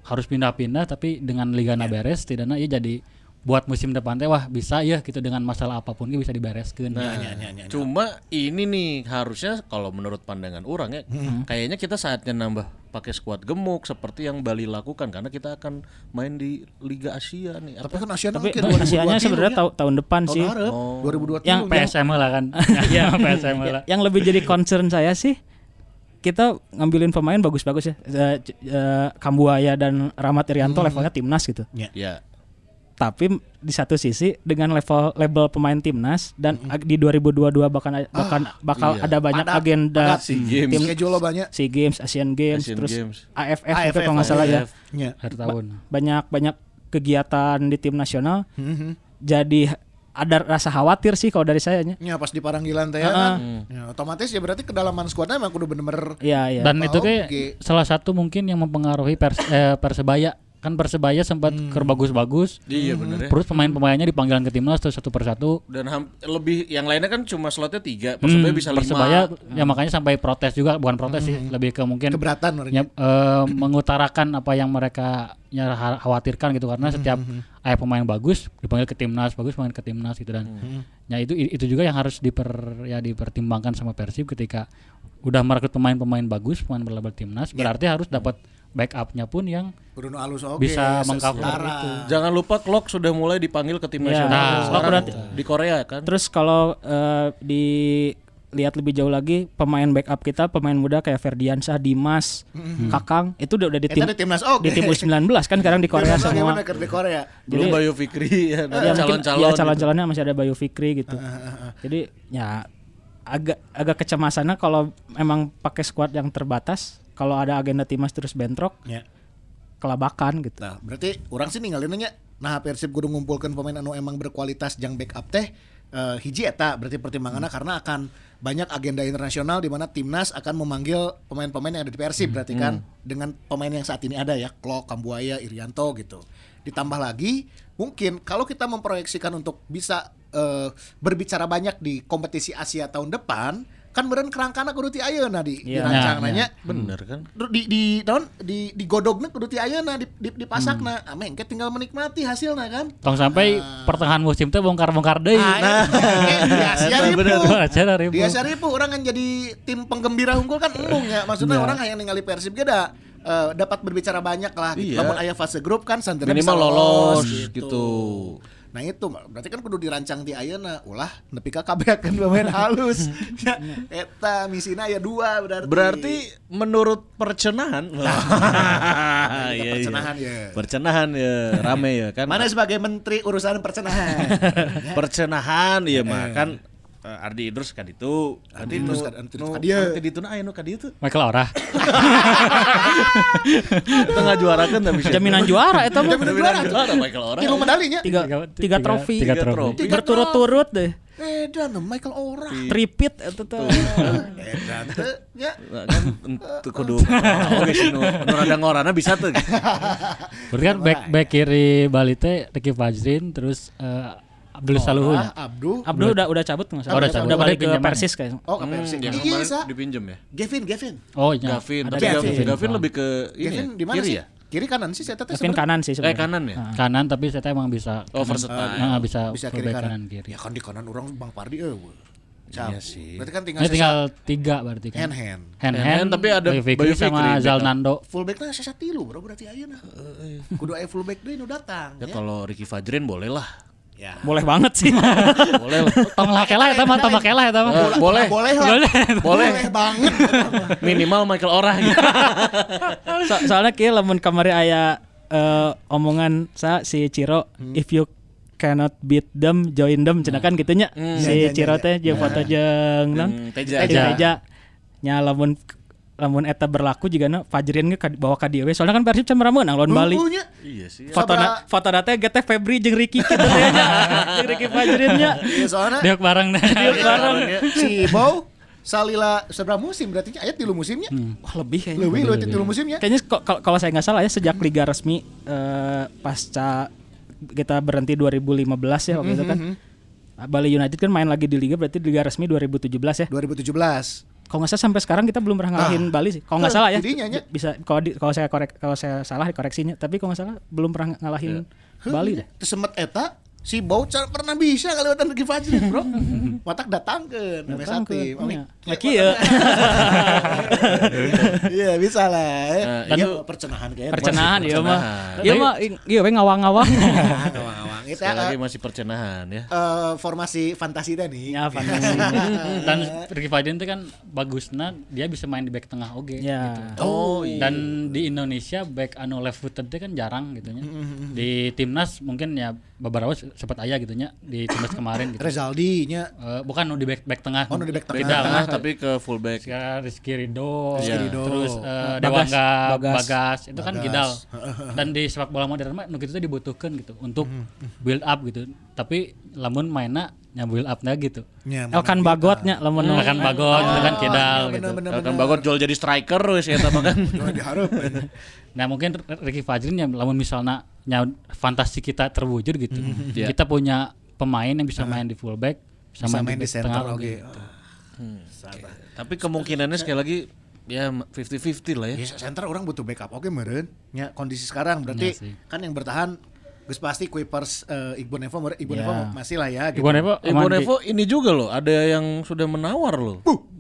Speaker 4: harus pindah-pindah tapi dengan liga
Speaker 3: Iya.
Speaker 4: na beres tidaknya ya jadi buat musim depan teh wah bisa ya gitu dengan masalah apapun ge bisa dibereskeun.
Speaker 3: Nah, iya.
Speaker 5: Ya,
Speaker 3: Cuma ini nih harusnya kalau menurut pandangan orang ya,
Speaker 5: Hmm.
Speaker 3: kayaknya kita saatnya nambah pakai skuad gemuk seperti yang Bali lakukan karena kita akan main di Liga Asia nih.
Speaker 2: Tapi
Speaker 3: Apa?
Speaker 2: kan Asia
Speaker 5: Tapi
Speaker 2: mungkin
Speaker 5: Asianya sebenarnya tahun tahun depan
Speaker 2: tahun
Speaker 5: sih.
Speaker 2: harap 2023
Speaker 5: Yang
Speaker 3: Iya,
Speaker 2: ya.
Speaker 4: PSM lah kan. Ya PSM lah.
Speaker 5: Yang lebih jadi concern saya sih kita ngambilin pemain bagus-bagus ya. Eh, c- eh, Kambuaya dan Rahmat Irianto levelnya timnas gitu.
Speaker 3: Ya.
Speaker 5: Tapi m- di satu sisi dengan level label pemain timnas dan ag- di 2022 bahkan a- bahkan bakal
Speaker 3: iya.
Speaker 5: ada banyak
Speaker 2: Padat,
Speaker 5: agenda
Speaker 2: padat.
Speaker 3: SEA Games.
Speaker 5: Iya.
Speaker 2: Tim schedule lo banyak.
Speaker 5: SEA Games, Asian Games,
Speaker 3: Asian
Speaker 5: terus
Speaker 3: Games.
Speaker 5: AFF,
Speaker 2: AFF,
Speaker 5: gitu kalau nggak salah ya.
Speaker 3: AFF.
Speaker 2: Ya.
Speaker 4: Akhir tahun.
Speaker 5: Banyak banyak kegiatan di tim nasional.
Speaker 2: Mhm.
Speaker 5: Jadi ada rasa khawatir sih kalau dari sayanya.
Speaker 2: Ya pas di Paranggilan teh ya kan. Ya, otomatis ya berarti kedalaman skuadnya emang kudu bener-bener
Speaker 5: Iya, iya.
Speaker 4: Dan itu kayak
Speaker 2: Oke.
Speaker 4: salah satu mungkin yang mempengaruhi pers eh, persebaya kan persebaya sempat kerbagus-bagus.
Speaker 3: Hmm. Iya
Speaker 5: Hmm.
Speaker 3: bener ya.
Speaker 4: Terus pemain-pemainnya dipanggil ke timnas tuh satu persatu.
Speaker 3: Dan ham- lebih yang lainnya kan cuma slotnya
Speaker 5: Hmm,
Speaker 3: tiga, persebaya bisa lima. Hmm.
Speaker 4: persebaya ya makanya sampai protes juga bukan protes sih lebih
Speaker 5: Iya.
Speaker 4: ke mungkin
Speaker 2: keberatan mereka.
Speaker 4: ya, eh, mengutarakan apa yang mereka ya, ha- khawatirkan gitu karena setiap ada pemain bagus dipanggil ke timnas bagus pemain ke timnas gitu dan ya itu itu juga yang harus diper ya dipertimbangkan sama persib ketika udah merekrut pemain-pemain bagus pemain berlabel timnas berarti harus dapat backupnya pun yang
Speaker 2: Kudu nu alus oke. ya,
Speaker 4: Bisa meng-cover
Speaker 2: setara.
Speaker 3: Jangan lupa Klok sudah mulai dipanggil ke tim
Speaker 5: Iya.
Speaker 3: nasional.
Speaker 5: Nah,
Speaker 3: Sekarang
Speaker 5: Klok berarti-
Speaker 3: di Korea kan.
Speaker 5: Terus kalau eh, dilihat lebih jauh lagi pemain backup kita pemain muda kayak Ferdiansyah, Dimas, Kakang itu udah, udah di
Speaker 2: Eta
Speaker 5: tim
Speaker 2: di timnas oke.
Speaker 5: di tim U19 kan sekarang di Korea
Speaker 2: Timnas oke
Speaker 5: semua.
Speaker 2: mana keur di Korea.
Speaker 3: Belum Bayu Fikri ya,
Speaker 5: Ya, mungkin
Speaker 3: calon-calon.
Speaker 5: ya, calon-calonnya masih ada Bayu Fikri gitu. Jadi ya agak agak kecemasannya kalau emang pakai skuad yang terbatas, kalau ada agenda timnas terus bentrok,
Speaker 2: Ya.
Speaker 5: kelabakan gitu.
Speaker 2: Nah, berarti orang sih ninggalin nanya. Nah, Persib kudu ngumpulkan pemain anu emang berkualitas jang backup teh eh, hiji eta berarti pertimbangannya
Speaker 5: Hmm.
Speaker 2: karena akan banyak agenda internasional di mana timnas akan memanggil pemain-pemain yang ada di Persib berarti
Speaker 5: Hmm.
Speaker 2: kan dengan pemain yang saat ini ada ya, Klok, Kambuaya, Irianto gitu. Ditambah lagi mungkin kalau kita memproyeksikan untuk bisa eh, berbicara banyak di kompetisi Asia tahun depan kan beren kerangkana kudu ti ayeuna di, di
Speaker 5: Iya.
Speaker 2: rancang
Speaker 4: Nah,
Speaker 2: nanya
Speaker 3: Bener kan?
Speaker 2: di di naon di di godogna kudu ti ayeuna di di, di pasakna hmm. tinggal menikmati hasilnya kan
Speaker 4: tong sampai pertengahan musim teh bongkar-bongkar
Speaker 3: Eh,
Speaker 4: deui
Speaker 2: nah, di Asia ribu
Speaker 4: Acara ribu.
Speaker 2: di Asia ribu orang kan jadi tim penggembira unggul kan embung ya
Speaker 3: Iya.
Speaker 2: maksudnya orang yang ningali Persib ge da eh, dapat berbicara banyak lah gitu.
Speaker 3: Iya.
Speaker 2: Lamun aya fase grup kan santri
Speaker 3: Minimal lolos gitu.
Speaker 2: Nah itu berarti kan kudu dirancang di ayeuna. Ulah nepi ka kabeakeun pemain halus. ya, eta misina aya dua berarti.
Speaker 3: Berarti menurut percenahan. Iya, iya.
Speaker 2: percenahan, ya.
Speaker 3: Percenahan ya, rame ya kan.
Speaker 2: mana sebagai menteri urusan percenahan.
Speaker 3: percenahan ya
Speaker 2: Iya.
Speaker 3: mah kan eh, Ardi Idrus kan itu Ardi
Speaker 2: Idrus
Speaker 3: Idrus
Speaker 2: kan,
Speaker 3: kan
Speaker 2: Ardi Idrus
Speaker 3: itu nu
Speaker 2: kan dia.
Speaker 3: Ardi ditu na aya nu ka dieu teh
Speaker 4: Michael Ora
Speaker 3: tengah juara kan tapi
Speaker 5: Jaminan juara itu mah.
Speaker 3: juara juara Michael Ora
Speaker 2: Tilu medalinya.
Speaker 5: tiga, tiga, trofi. gitu.
Speaker 4: tiga
Speaker 3: Tiga
Speaker 4: trofi
Speaker 3: trofi.
Speaker 5: Berturut-turut deh.
Speaker 2: Eh, dan Michael Ora.
Speaker 5: Tripit itu tuh.
Speaker 3: Iya.
Speaker 2: Eh, dan teu, ya.
Speaker 3: Nah, kan ente kudu oh, oke sih nu nu rada ngorana bisa tuh
Speaker 4: Berarti kan back back kiri Bali teh Ricky Fajrin terus eh, Abdul Saluhun.
Speaker 2: Ah, Abdu.
Speaker 5: Abdul udah udah cabut nggak salah.
Speaker 4: Oh, udah cabut.
Speaker 5: udah balik ke
Speaker 4: Udah pinjaman.
Speaker 5: Persis kayak.
Speaker 2: Oh, ke
Speaker 3: Hmm,
Speaker 2: Persib.
Speaker 3: yang
Speaker 2: Iya,
Speaker 3: kemarin
Speaker 2: Sa.
Speaker 3: dipinjem ya
Speaker 2: Gavin, Gavin.
Speaker 4: Oh iya.
Speaker 3: Gavin
Speaker 4: Ada
Speaker 3: tapi Ya, Gavin,
Speaker 2: Gavin.
Speaker 3: Gavin lebih ke ini
Speaker 2: Gavin
Speaker 3: ya,
Speaker 2: di mana
Speaker 3: kiri
Speaker 2: sih?
Speaker 3: ya
Speaker 2: Kiri kanan sih saya teh
Speaker 5: Kevin kanan sih
Speaker 3: eh
Speaker 5: sebenarnya.
Speaker 3: kanan ya
Speaker 4: Nah. kanan tapi saya emang bisa
Speaker 3: oh versatile
Speaker 4: Nah, bisa,
Speaker 2: bisa
Speaker 4: full
Speaker 2: kiri
Speaker 4: back
Speaker 2: kanan.
Speaker 4: kiri.
Speaker 2: Ya kan di kanan orang Bang Pardi eueuh.
Speaker 3: Iya sih.
Speaker 2: Berarti kan tinggal
Speaker 4: Ini
Speaker 2: sesa-
Speaker 4: tinggal tiga berarti kan.
Speaker 2: hand hand.
Speaker 4: Hand
Speaker 3: Hand-hand, tapi ada
Speaker 4: Bayu Fikri
Speaker 3: Bayu Fikri,
Speaker 4: sama
Speaker 3: backup.
Speaker 4: Zalnando.
Speaker 2: Fullbacknya sesa tilu bro berarti ayeuna. Kudu aya fullback deui nu datang.
Speaker 3: ya kalau Ricky Fajrin boleh lah
Speaker 2: Ya.
Speaker 5: Boleh banget sih.
Speaker 3: boleh lah
Speaker 4: Tong lah kelah ya, eta mah tong make lah eta
Speaker 3: Eh,
Speaker 4: mah.
Speaker 3: boleh
Speaker 2: Boleh lah.
Speaker 3: Boleh.
Speaker 2: banget.
Speaker 3: minimal Michael Ora gitu
Speaker 5: So- soalnya kayak lamun kemarin aya eh, omongan sa si Ciro
Speaker 3: Hmm.
Speaker 5: if you cannot beat them join them cenah kan gitu nya
Speaker 4: Iya,
Speaker 2: Ya, ya,
Speaker 5: si
Speaker 2: ya,
Speaker 5: Ciro
Speaker 2: ya.
Speaker 5: teh jeung foto jeung naon?
Speaker 3: Hmm, Teja
Speaker 5: Teja
Speaker 3: aja
Speaker 5: Teja. nya lamun lamun eta berlaku juga na Fajrin ge ka- bawa ka dieu we. soalnya kan Persib cenah meunang lawan Bali
Speaker 4: Uhuh.
Speaker 2: Bumbunya.
Speaker 3: iya sih
Speaker 5: foto na foto na teh ge teh Febri jeung Ricky kitu teh nya jeung Ricky Fajrin nya
Speaker 2: Iya soalnya
Speaker 3: Eh,
Speaker 4: Diok bareng deh.
Speaker 3: iya,
Speaker 5: Diuk bareng
Speaker 2: si Bow salila seberapa musim berarti nya ayat tilu musimnya.
Speaker 5: Wah lebih kayaknya.
Speaker 2: Leuwih leuwih ti tilu musimnya.
Speaker 5: Kayaknya ko- kalau kalau saya nggak salah ya sejak
Speaker 3: Mm-hmm.
Speaker 5: liga resmi eh, pasca kita berhenti 2015 ya waktu itu kan.
Speaker 3: Mm-hmm.
Speaker 5: Bali United kan main lagi di liga berarti di liga resmi 2017 ya.
Speaker 2: 2017.
Speaker 5: Kalau nggak salah sampai sekarang kita belum pernah
Speaker 3: Ah.
Speaker 5: ngalahin Bali sih. Kalau nggak salah ya.
Speaker 2: jadinya nya.
Speaker 5: Bisa kalau di- kalau saya korek kalau saya salah koreksinya, tapi kalau nggak salah belum pernah ngalahin
Speaker 3: Iya.
Speaker 5: Bali deh.
Speaker 2: Tesemet eta si Baucar pernah bisa kelewatan Ricky Fajri, Bro. Watak datangkeun namanya Sakti. Mami.
Speaker 5: Laki ya.
Speaker 2: Iya, bisa lah. ya.
Speaker 3: Eh,
Speaker 2: Iya,
Speaker 3: itu-
Speaker 2: percenahan kayak
Speaker 5: Percenahan ya mah.
Speaker 3: Percenahan.
Speaker 5: Iya mah iya we ngawang-ngawang.
Speaker 2: awang Itu
Speaker 3: Sekali lagi
Speaker 2: eh,
Speaker 3: masih percenahan ya.
Speaker 2: eh, formasi fantasi tadi.
Speaker 5: Ya fantasi.
Speaker 4: Dan Ricky Fadin itu kan bagusnya dia bisa main di back tengah oke
Speaker 5: Ya.
Speaker 4: gitu. Oh,
Speaker 3: iya.
Speaker 4: dan di Indonesia back anu left footed itu kan jarang gitu nya.
Speaker 2: Mm-hmm,
Speaker 4: Di timnas mungkin ya beberapa sempat ayah gitu nya di timnas kemarin gitu.
Speaker 2: Rezaldi nya
Speaker 4: Eh, bukan nu di back back tengah.
Speaker 2: Oh, nu di back tengah.
Speaker 4: Beda lah.
Speaker 3: Tengah tapi ke fullback.
Speaker 4: Ya, Rizky Ridho,
Speaker 3: Rizky Ridho.
Speaker 4: terus eh,
Speaker 5: Bagas,
Speaker 4: Dewangga,
Speaker 5: Bagas.
Speaker 4: Bagas, itu kan Gidal. Dan di sepak bola modern mah nu kitu teh dibutuhkan gitu untuk build up gitu. Tapi lamun mainna nya build upnya gitu.
Speaker 2: nya.
Speaker 5: Elkan bagotnya lamun
Speaker 4: Makan bagot gitu kan Kidal gitu.
Speaker 2: Bener-bener.
Speaker 3: Kan Bagot Jol jadi striker wis eta mah kan.
Speaker 2: Jangan diharapkan.
Speaker 4: Nah mungkin Ricky Fajrin ya lamun misalnya nya fantasi kita terwujud gitu.
Speaker 3: Iya.
Speaker 4: Kita punya pemain yang bisa main di fullback, bisa,
Speaker 2: Bisa main di
Speaker 4: back
Speaker 2: center
Speaker 4: tengah,
Speaker 2: oke.
Speaker 4: gitu.
Speaker 2: Hmm,
Speaker 3: Tapi kemungkinannya sekali lagi ya 50-50 lah ya.
Speaker 2: Ya center orang butuh backup oke meren. Ya kondisi sekarang berarti
Speaker 4: Iya sih.
Speaker 2: kan yang bertahan Gus pasti Kuipers eh, Iqbal Nevo meren. Iqbal
Speaker 5: Ya.
Speaker 2: Nevo masih lah ya gitu.
Speaker 4: Ibu Nevo,
Speaker 3: Eh,
Speaker 4: aman di-
Speaker 3: Bonevo ini juga loh, ada yang sudah menawar loh.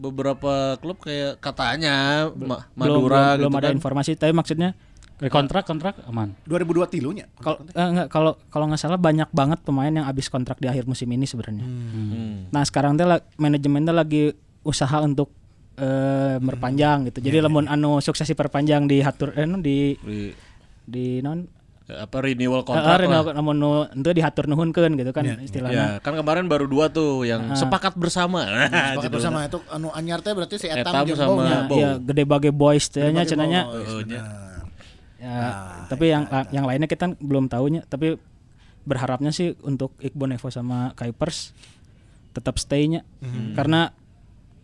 Speaker 3: Beberapa klub kayak katanya Ma-
Speaker 5: belum,
Speaker 3: Madura
Speaker 5: belum, belum
Speaker 3: gitu
Speaker 5: ada
Speaker 3: kan.
Speaker 5: informasi tapi maksudnya
Speaker 4: kontrak kontrak aman.
Speaker 2: 2002 tilunya.
Speaker 5: kalau eh, nggak, kalau kalau nggak salah banyak banget pemain yang habis kontrak di akhir musim ini sebenarnya.
Speaker 3: Hmm.
Speaker 5: Nah sekarang teh la- manajemennya lagi usaha untuk
Speaker 3: Hmm.
Speaker 5: eh berpanjang gitu. Jadi lamun anu suksesi perpanjang di hatur eh, nu
Speaker 3: Iya,
Speaker 5: di
Speaker 3: Di-
Speaker 5: di non
Speaker 3: eh, apa renewal
Speaker 5: kontrak
Speaker 3: kontrak lah.
Speaker 5: lamun nu henteu dihatur nuhunkeun gitu kan
Speaker 3: Ya,
Speaker 5: istilahnya.
Speaker 3: kan kemarin baru dua tuh yang sepakat bersama.
Speaker 2: Sepakat bersama itu anu anyar teh berarti si Etam, ya.
Speaker 3: Etam
Speaker 2: jeung
Speaker 3: sama-
Speaker 2: Bongnya.
Speaker 5: Nah, iya, gede bage iya. boys tehnya cenanya.
Speaker 3: Heeh.
Speaker 5: Ya,
Speaker 2: Ah,
Speaker 5: tapi yang
Speaker 2: iya,
Speaker 5: yang lainnya kita belum tahunya, tapi berharapnya sih untuk Iqbal Nevo sama Kuipers tetap stay-nya.
Speaker 2: Hmm.
Speaker 5: Karena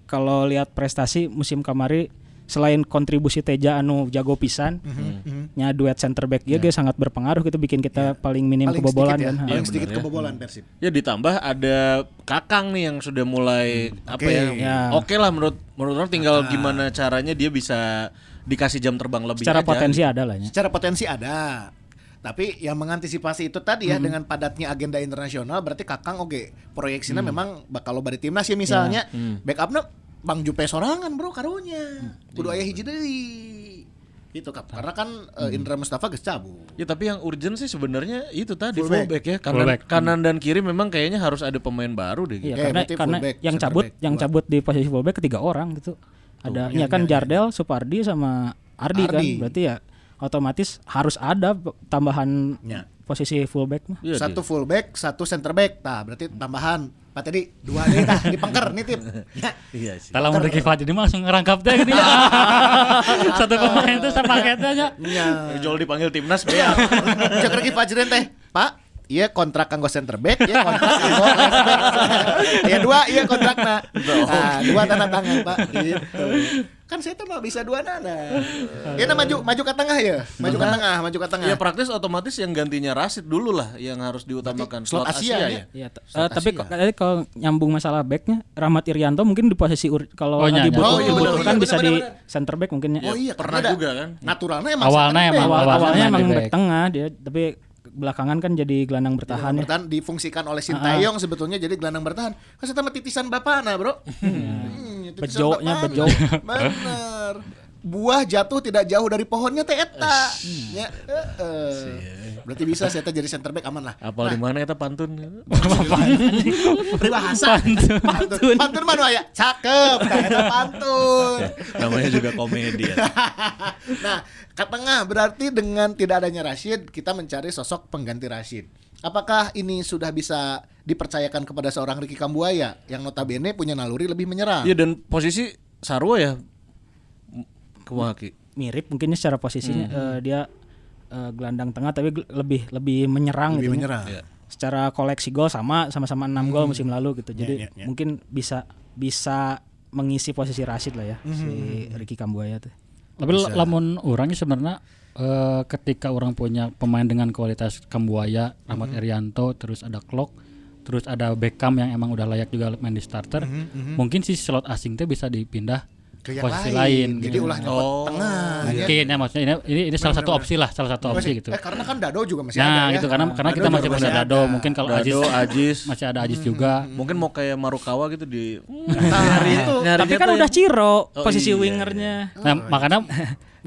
Speaker 5: kalau lihat prestasi musim kamari selain kontribusi Teja anu jago pisan,
Speaker 2: Hmm.
Speaker 5: nya duet center back dia ge sangat berpengaruh gitu bikin kita paling minim
Speaker 2: Ya. Paling
Speaker 5: kebobolan
Speaker 2: sedikit ya. Hmm.
Speaker 5: kan. Ha.
Speaker 2: Paling sedikit kebobolan Persib.
Speaker 3: Ya ditambah ada Kakang nih yang sudah mulai
Speaker 2: Hmm,
Speaker 3: apa
Speaker 2: Oke.
Speaker 3: ya?
Speaker 5: Ya.
Speaker 3: Oke lah menurut menurut orang tinggal gimana caranya dia bisa dikasih jam terbang lebih
Speaker 5: Secara
Speaker 3: aja.
Speaker 5: potensi ada lah ya.
Speaker 2: Secara potensi ada. Tapi yang mengantisipasi itu tadi ya dengan padatnya agenda internasional berarti Kakang oke proyeksinya memang bakal loba di timnas ya misalnya backupnya Bang Jupe sorangan bro karunya. Kudu aya hiji deui. Gitu Kap. Karena kan eh, Indra Mustafa geus cabut.
Speaker 3: Ya tapi yang urgent sih sebenarnya itu tadi
Speaker 2: Fullback.
Speaker 3: fullback, ya kanan
Speaker 4: Fullback.
Speaker 3: kanan dan kiri memang kayaknya harus ada pemain baru deh.
Speaker 5: Hmm. Iya,
Speaker 2: Oke,
Speaker 5: karena
Speaker 2: berarti
Speaker 5: karena
Speaker 2: fullback,
Speaker 5: yang
Speaker 2: center
Speaker 5: cabut
Speaker 2: back
Speaker 5: yang
Speaker 2: dua. iya,
Speaker 5: cabut di posisi fullback ketiga orang gitu. Ada ya kan Jardel, Supardi sama Ardi, kan.
Speaker 2: Ardi.
Speaker 5: Berarti ya otomatis harus ada p- tambahan
Speaker 2: Ya.
Speaker 5: posisi fullback mah.
Speaker 3: Iya,
Speaker 2: satu fullback, satu center back. Tah, berarti tambahan. Pak tadi dua nih tah dipengker nitip. Ya.
Speaker 3: Iya sih.
Speaker 4: Kalau Ricky Fajrin mah langsung ngerangkap deh gitu ya. Satu pemain itu sepaketnya aja.
Speaker 2: Iya.
Speaker 3: Jol dipanggil timnas ya.
Speaker 2: Cek Ricky Fajrin teh, Pak. Iya kontrak kanggo center back, iya kontrak kanggo left back. Iya dua, iya kontrak na. Nah, dua tanda tangan pak. Gitu. Kan saya tuh mah bisa dua nana. Ya nah, maju maju ke tengah ya, maju ke tengah, maju ke tengah.
Speaker 3: ya praktis otomatis yang gantinya Rasid dulu lah yang harus diutamakan
Speaker 2: slot Asia ya?
Speaker 5: Iya, t- eh, tapi kok- tadi kalau nyambung masalah backnya Rahmat Irianto mungkin di posisi ur- kalau
Speaker 4: Oh,
Speaker 5: lagi
Speaker 4: iya, iya.
Speaker 5: butuh
Speaker 2: Oh, iya, bener,
Speaker 5: kan
Speaker 2: iya,
Speaker 5: bisa
Speaker 2: bener,
Speaker 5: di
Speaker 2: bener,
Speaker 5: center back mungkin ya.
Speaker 2: Oh iya,
Speaker 3: Pernah
Speaker 2: karena ada-
Speaker 3: juga kan?
Speaker 2: Naturalnya emang
Speaker 4: Awalnya
Speaker 2: center
Speaker 4: emang
Speaker 2: back.
Speaker 5: Awal-
Speaker 4: awalnya
Speaker 5: awalnya
Speaker 4: main
Speaker 5: emang
Speaker 4: di
Speaker 5: back
Speaker 4: back.
Speaker 5: tengah dia, tapi belakangan kan jadi gelandang bertahan ya.
Speaker 2: bertahan difungsikan oleh Sintayong sebetulnya jadi gelandang bertahan. Kan saya sama titisan bapak nah, Bro. Hmm, titisan
Speaker 5: Bejoknya,
Speaker 2: bapana.
Speaker 5: bejo.
Speaker 2: Bener. Buah jatuh tidak jauh dari pohonnya teh eta. Ya, heeh. Berarti bisa saya teh jadi center back aman lah.
Speaker 3: Apal
Speaker 5: Nah.
Speaker 3: di mana eta pantun?
Speaker 2: Peribahasa. Pantun. Pantun mana ya? Cakep. Nah, eta pantun.
Speaker 3: Ya. Namanya juga komedi
Speaker 2: Iya.
Speaker 3: ya.
Speaker 2: nah, ke tengah berarti dengan tidak adanya Rashid, kita mencari sosok pengganti Rashid. Apakah ini sudah bisa dipercayakan kepada seorang Ricky Kambuaya yang notabene punya naluri lebih menyerang?
Speaker 3: Iya dan posisi Sarwo ya M- kumaha Ki?
Speaker 5: Mirip mungkinnya secara posisinya
Speaker 2: Hmm.
Speaker 5: eh, dia eh, gelandang tengah tapi gel- lebih lebih menyerang
Speaker 2: lebih
Speaker 5: gitu. ya.
Speaker 2: menyerang.
Speaker 3: Iya.
Speaker 2: Hmm.
Speaker 5: secara koleksi gol sama sama-sama 6 gol musim lalu gitu. Jadi
Speaker 2: ya, ya.
Speaker 5: mungkin bisa bisa mengisi posisi Rashid lah ya
Speaker 2: Hmm.
Speaker 5: si Ricky Kambuaya tuh.
Speaker 4: Tapi lamun orangnya sebenarnya eh, ketika orang punya pemain dengan kualitas Kambuaya, Rahmat
Speaker 2: Mhm.
Speaker 4: Irianto, terus ada Klok, terus ada Beckham yang emang udah layak juga main di starter, mungkin si slot asing teh bisa dipindah
Speaker 2: Mhm, Ke
Speaker 4: ke
Speaker 2: yang
Speaker 4: posisi
Speaker 2: lain.
Speaker 4: lain.
Speaker 2: Jadi
Speaker 4: gitu.
Speaker 2: ulah nyopot tengah. ya.
Speaker 4: mungkin ya maksudnya ini ini, ini salah satu opsi lah, salah satu opsi
Speaker 2: Masih-
Speaker 4: gitu.
Speaker 2: Eh karena kan Dado juga masih ada
Speaker 4: Nah,
Speaker 2: ya.
Speaker 4: gitu karena karena
Speaker 2: Dado
Speaker 4: kita
Speaker 2: juga
Speaker 4: masih punya
Speaker 2: ada. Mhm,
Speaker 4: Dado, mungkin kalau Aziz,
Speaker 3: Dado, Ajis.
Speaker 4: masih ada Ajis juga.
Speaker 3: Mungkin mau kayak Marukawa gitu di
Speaker 2: Nah, itu
Speaker 5: Tapi kan udah Ciro
Speaker 3: Oh,
Speaker 5: posisi
Speaker 3: iya, iya.
Speaker 5: wingernya.
Speaker 4: Nah, makanya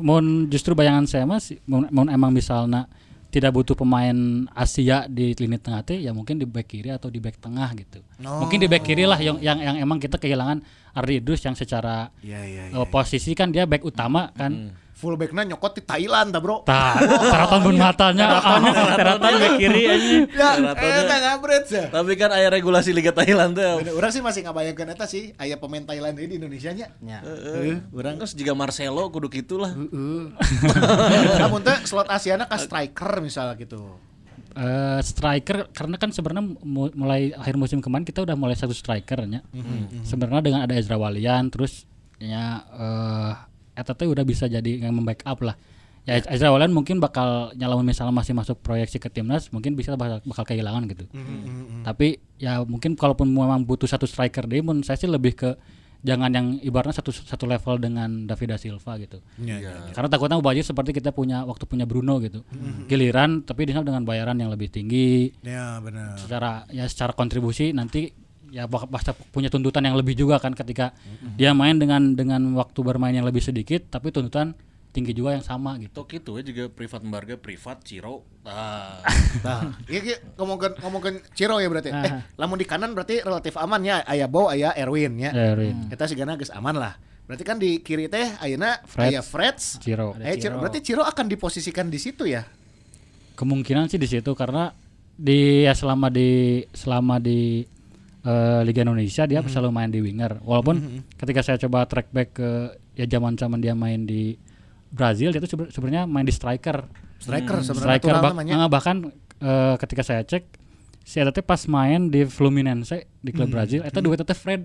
Speaker 4: mun justru bayangan saya mas, mun, mun emang misalnya tidak butuh pemain Asia di lini tengah teh, ya mungkin di back kiri atau di back tengah gitu. Mungkin di back kiri lah yang yang yang emang kita kehilangan Ardi Idrus yang secara
Speaker 2: Iya iya.
Speaker 4: eh, posisi kan dia back utama kan.
Speaker 2: Fullbacknya nyokot di Thailand ta bro.
Speaker 4: Tah, seratan bun matanya. ah,
Speaker 5: Teratan back kiri anjing.
Speaker 2: Ya, eta ngabret ya.
Speaker 3: Tapi kan aya regulasi Liga Thailand tuh.
Speaker 2: Orang sih masih ngabayangkan eta sih, aya pemain Thailand ini di Indonesia nya.
Speaker 3: Heeh. Urang geus jiga Marcelo kudu kitulah.
Speaker 2: Namun teh slot Asiana ka striker misal gitu.
Speaker 4: eh, striker karena kan sebenarnya mu- mulai akhir musim kemarin kita udah mulai satu strikernya. Sebenarnya dengan ada Ezra Walian terus ya eh Eta teh udah bisa jadi yang membackup lah. Ya Ezra Walian mungkin bakal nyalamin misalnya masih masuk proyeksi ke timnas mungkin bisa bakal, bakal kehilangan gitu. Tapi ya mungkin kalaupun memang butuh satu striker deh mun saya sih lebih ke jangan yang ibaratnya satu satu level dengan Davida Silva gitu.
Speaker 2: Iya,
Speaker 4: Karena takutnya Ubajir seperti kita punya waktu punya Bruno gitu. Giliran tapi dia dengan bayaran yang lebih tinggi
Speaker 2: Ya benar.
Speaker 4: secara ya secara kontribusi nanti ya bak- pasti punya tuntutan yang lebih juga kan ketika dia main dengan dengan waktu bermain yang lebih sedikit tapi tuntutan tinggi juga yang sama gitu.
Speaker 3: Tok itu juga privat embarga privat Ciro. Ah. Tah.
Speaker 2: Nah, iya iya, ngomongkan ngomongkan Ciro ya berarti. Eh, lamun di kanan berarti relatif aman ya, aya Bow, aya Erwin ya.
Speaker 4: Erwin,
Speaker 2: Eta sigana geus aman lah. Berarti kan di kiri teh ayeuna
Speaker 4: Freds.
Speaker 2: aya Freds.
Speaker 4: Ciro.
Speaker 2: Aya Ciro. Berarti Ciro akan diposisikan di situ ya.
Speaker 4: Kemungkinan sih di situ karena di ya selama di selama di eh, Liga Indonesia dia
Speaker 2: Mm-hmm.
Speaker 4: selalu main di winger. Walaupun ketika saya coba track back ke ya zaman-zaman dia main di Brazil dia tuh sebe- sebenarnya main di striker.
Speaker 2: Striker sebenarnya
Speaker 4: Hmm, striker
Speaker 2: natural
Speaker 4: bah-
Speaker 2: namanya.
Speaker 4: ah, bahkan eh, ketika saya cek si Eta teh pas main di Fluminense di klub Brazil Eta dua Eta teh Fred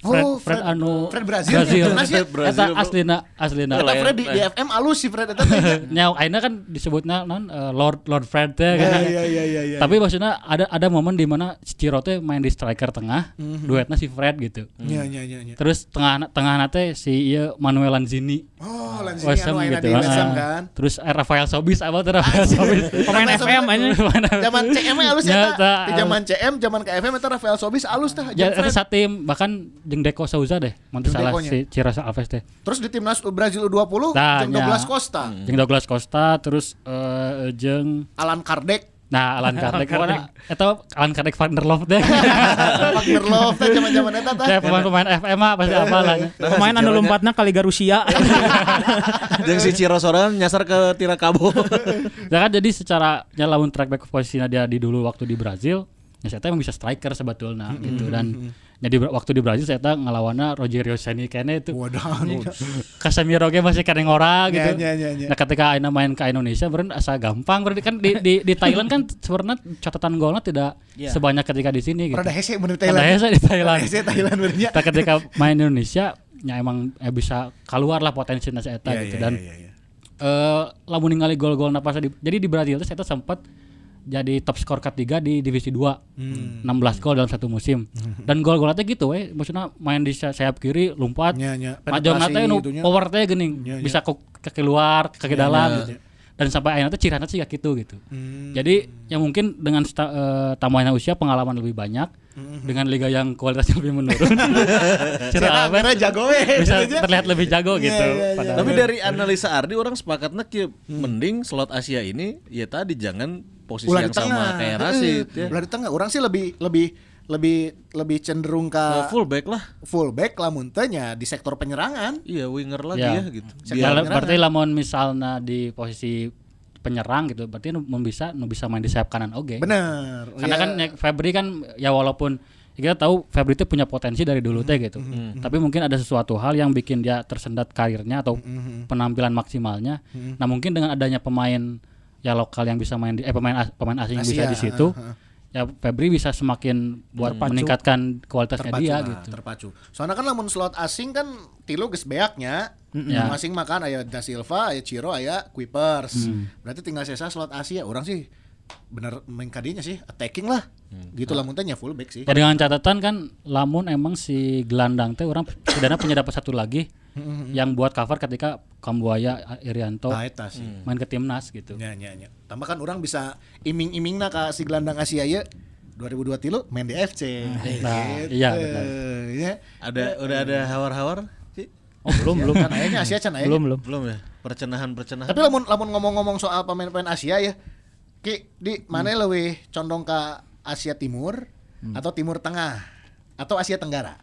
Speaker 4: Fred,
Speaker 2: Mm-hmm. Oh, Fred-
Speaker 4: Fred, anu
Speaker 2: Fred Brazil, Fred Brazil.
Speaker 4: Eta aslina aslina
Speaker 2: Eta Fred di, di FM alus sih Fred Eta teh.
Speaker 4: nyaw aina kan disebutnya non eh, Lord Lord Fred teh gitu.
Speaker 2: iya iya
Speaker 4: Tapi maksudnya ada ada momen di mana si Ciro teh main di striker tengah, duetnya si Fred gitu.
Speaker 2: Mhm. Iya iya iya iya.
Speaker 4: Terus tengah tengah teh si ieu Manuel Lanzini.
Speaker 2: Oh, Lanzini
Speaker 4: West Ham
Speaker 2: anu ayeuna
Speaker 4: gitu.
Speaker 2: di West Ham
Speaker 4: Ah.
Speaker 2: kan.
Speaker 4: Terus eh, Rafael Sobis apa tuh Rafael Sobis?
Speaker 5: Eh, Pemain
Speaker 2: Rafael
Speaker 5: FM
Speaker 2: Sobis.
Speaker 5: anjing.
Speaker 4: Pemain
Speaker 2: Zaman CM -nya alus ya.
Speaker 4: Ya,
Speaker 2: Eta.
Speaker 4: tah,
Speaker 2: Di zaman CM, zaman ke FM eta Rafael Sobis alus tah.
Speaker 4: Ya,
Speaker 2: jeung
Speaker 4: itu
Speaker 2: Fred.
Speaker 4: satim bahkan jeung Deco Souza deh, mun teu
Speaker 2: Jeung
Speaker 4: salah
Speaker 2: Deco-nya.
Speaker 4: si Cirasa Alves teh.
Speaker 2: Terus di timnas Brazil U20
Speaker 4: Nah,
Speaker 2: jeung
Speaker 4: nya.
Speaker 2: Douglas Costa,
Speaker 4: Jeung Douglas Costa terus eh jeung
Speaker 2: Alan Kardec,
Speaker 4: nah Alan Kardec mana atau Alan Kardec van der Loof deh.
Speaker 2: Wagner Love teh zaman-zaman eta tah.
Speaker 4: Ya
Speaker 3: Kan
Speaker 4: pemain-pemain FM mah pasti apa lah. ya.
Speaker 5: Pemain anu lompatna kali Garusia.
Speaker 3: Jeung si Ciro sorangan nyasar ke Tirakabo.
Speaker 4: Ya kan jadi secara ya, lawan track back posisinya dia di dulu waktu di Brazil, ya saya emang bisa striker sebetulnya
Speaker 2: Hmm,
Speaker 4: gitu dan jadi waktu di Brazil saya ngelawannya Rogerio Ceni kene itu
Speaker 2: Waduh.
Speaker 4: Casemiro ge masih kadang orang gitu.
Speaker 2: Ya, ya, ya, ya.
Speaker 4: Nah ketika Aina main ke Indonesia beren asa gampang berarti kan di, di, di Thailand kan sebenarnya catatan golnya tidak
Speaker 2: Iya.
Speaker 4: sebanyak ketika di sini gitu.
Speaker 2: Rada hese bener
Speaker 4: Rada
Speaker 2: Thailand.
Speaker 4: hese di Thailand.
Speaker 2: Hese Thailand benernya.
Speaker 4: Nah, ketika main di Indonesia ya emang eh, bisa keluar lah potensi nasi Eta
Speaker 2: Iya,
Speaker 4: gitu dan eh lamun ningali gol-gol napas di jadi di Brazil itu saya sempat jadi top skor ketiga di divisi
Speaker 2: Hmm.
Speaker 4: 2 16 gol dalam satu musim dan gol-golnya teh gitu weh maksudnya main di sa- sayap kiri lompat
Speaker 2: Nya, nya.
Speaker 4: maju
Speaker 2: Penetrasi
Speaker 4: nate nu
Speaker 2: itunya.
Speaker 4: power teh geuning bisa ke kaki luar kaki dalam gitu. dan sampai akhirnya teh cirana sih kayak gitu gitu
Speaker 2: Hmm.
Speaker 4: jadi ya mungkin dengan sta- eh, tambahnya usia pengalaman lebih banyak
Speaker 2: Hmm.
Speaker 4: dengan liga yang kualitasnya lebih menurun
Speaker 2: Cina
Speaker 4: Cira
Speaker 2: merah jago eh. we.
Speaker 4: bisa terlihat lebih jago
Speaker 2: Iya,
Speaker 4: gitu padahal.
Speaker 3: Tapi dari analisa Ardi orang sepakatnya kieu mending slot Asia ini ya tadi jangan posisi
Speaker 2: ulah di
Speaker 3: yang sama
Speaker 2: tengah.
Speaker 3: kayak Rashid
Speaker 4: Hmm.
Speaker 2: Heeh,
Speaker 3: ya.
Speaker 2: Ulah di tengah. Orang sih lebih lebih lebih lebih cenderung ke
Speaker 3: Nah, fullback lah.
Speaker 2: fullback lamun teh nya di sektor penyerangan.
Speaker 3: Iya winger lagi
Speaker 4: Ya.
Speaker 3: ya, gitu.
Speaker 4: Ya, berarti lamun misalnya di posisi penyerang gitu, berarti nu nu bisa nu bisa main di sayap kanan oke.
Speaker 2: Bener. Ya,
Speaker 4: Karena kan ya, Febri kan ya walaupun kita tahu Febri itu punya potensi dari dulu teh gitu. Tapi mungkin ada sesuatu hal yang bikin dia tersendat karirnya atau penampilan maksimalnya. Nah, mungkin dengan adanya pemain ya lokal yang bisa main di eh pemain as- pemain asing yang bisa
Speaker 2: Asia,
Speaker 4: di situ. ya Febri bisa semakin buat
Speaker 5: Terpacu.
Speaker 4: meningkatkan kualitasnya
Speaker 2: terpacu
Speaker 4: dia
Speaker 2: nah,
Speaker 4: gitu.
Speaker 2: terpacu soalnya kan lamun slot asing kan tilu geus beaknya
Speaker 4: Ya.
Speaker 2: masing makan aya da Silva aya Ciro aya Kuipers berarti tinggal sesa slot Asia orang sih bener main kadinya sih attacking lah
Speaker 4: Mm.
Speaker 2: gitu lah muntahnya full back sih
Speaker 4: Ya dengan catatan kan lamun emang si gelandang teh orang pidana punya dapat satu lagi yang buat cover ketika Kambuaya Irianto
Speaker 2: nah Ya, eta sih
Speaker 4: main ke timnas gitu.
Speaker 2: nya nya nya tambah kan orang bisa iming-imingna ka si gelandang Asia ya 2002 tilu main di FC
Speaker 4: Ah, Nah,
Speaker 2: Gitu.
Speaker 4: iya, benar.
Speaker 2: ya
Speaker 3: Ada udah ada hawar-hawar?
Speaker 5: Oh, belum belum.
Speaker 2: kan ayahnya Asia can ayahnya
Speaker 5: belum belum.
Speaker 3: Belum ya? Percenahan-percenahan.
Speaker 2: Tapi lamun lamun ngomong-ngomong soal pemain-pemain Asia ya, Ki, di mana
Speaker 4: Hmm.
Speaker 2: lebih condong ke Asia Timur atau Timur Tengah atau Asia Tenggara?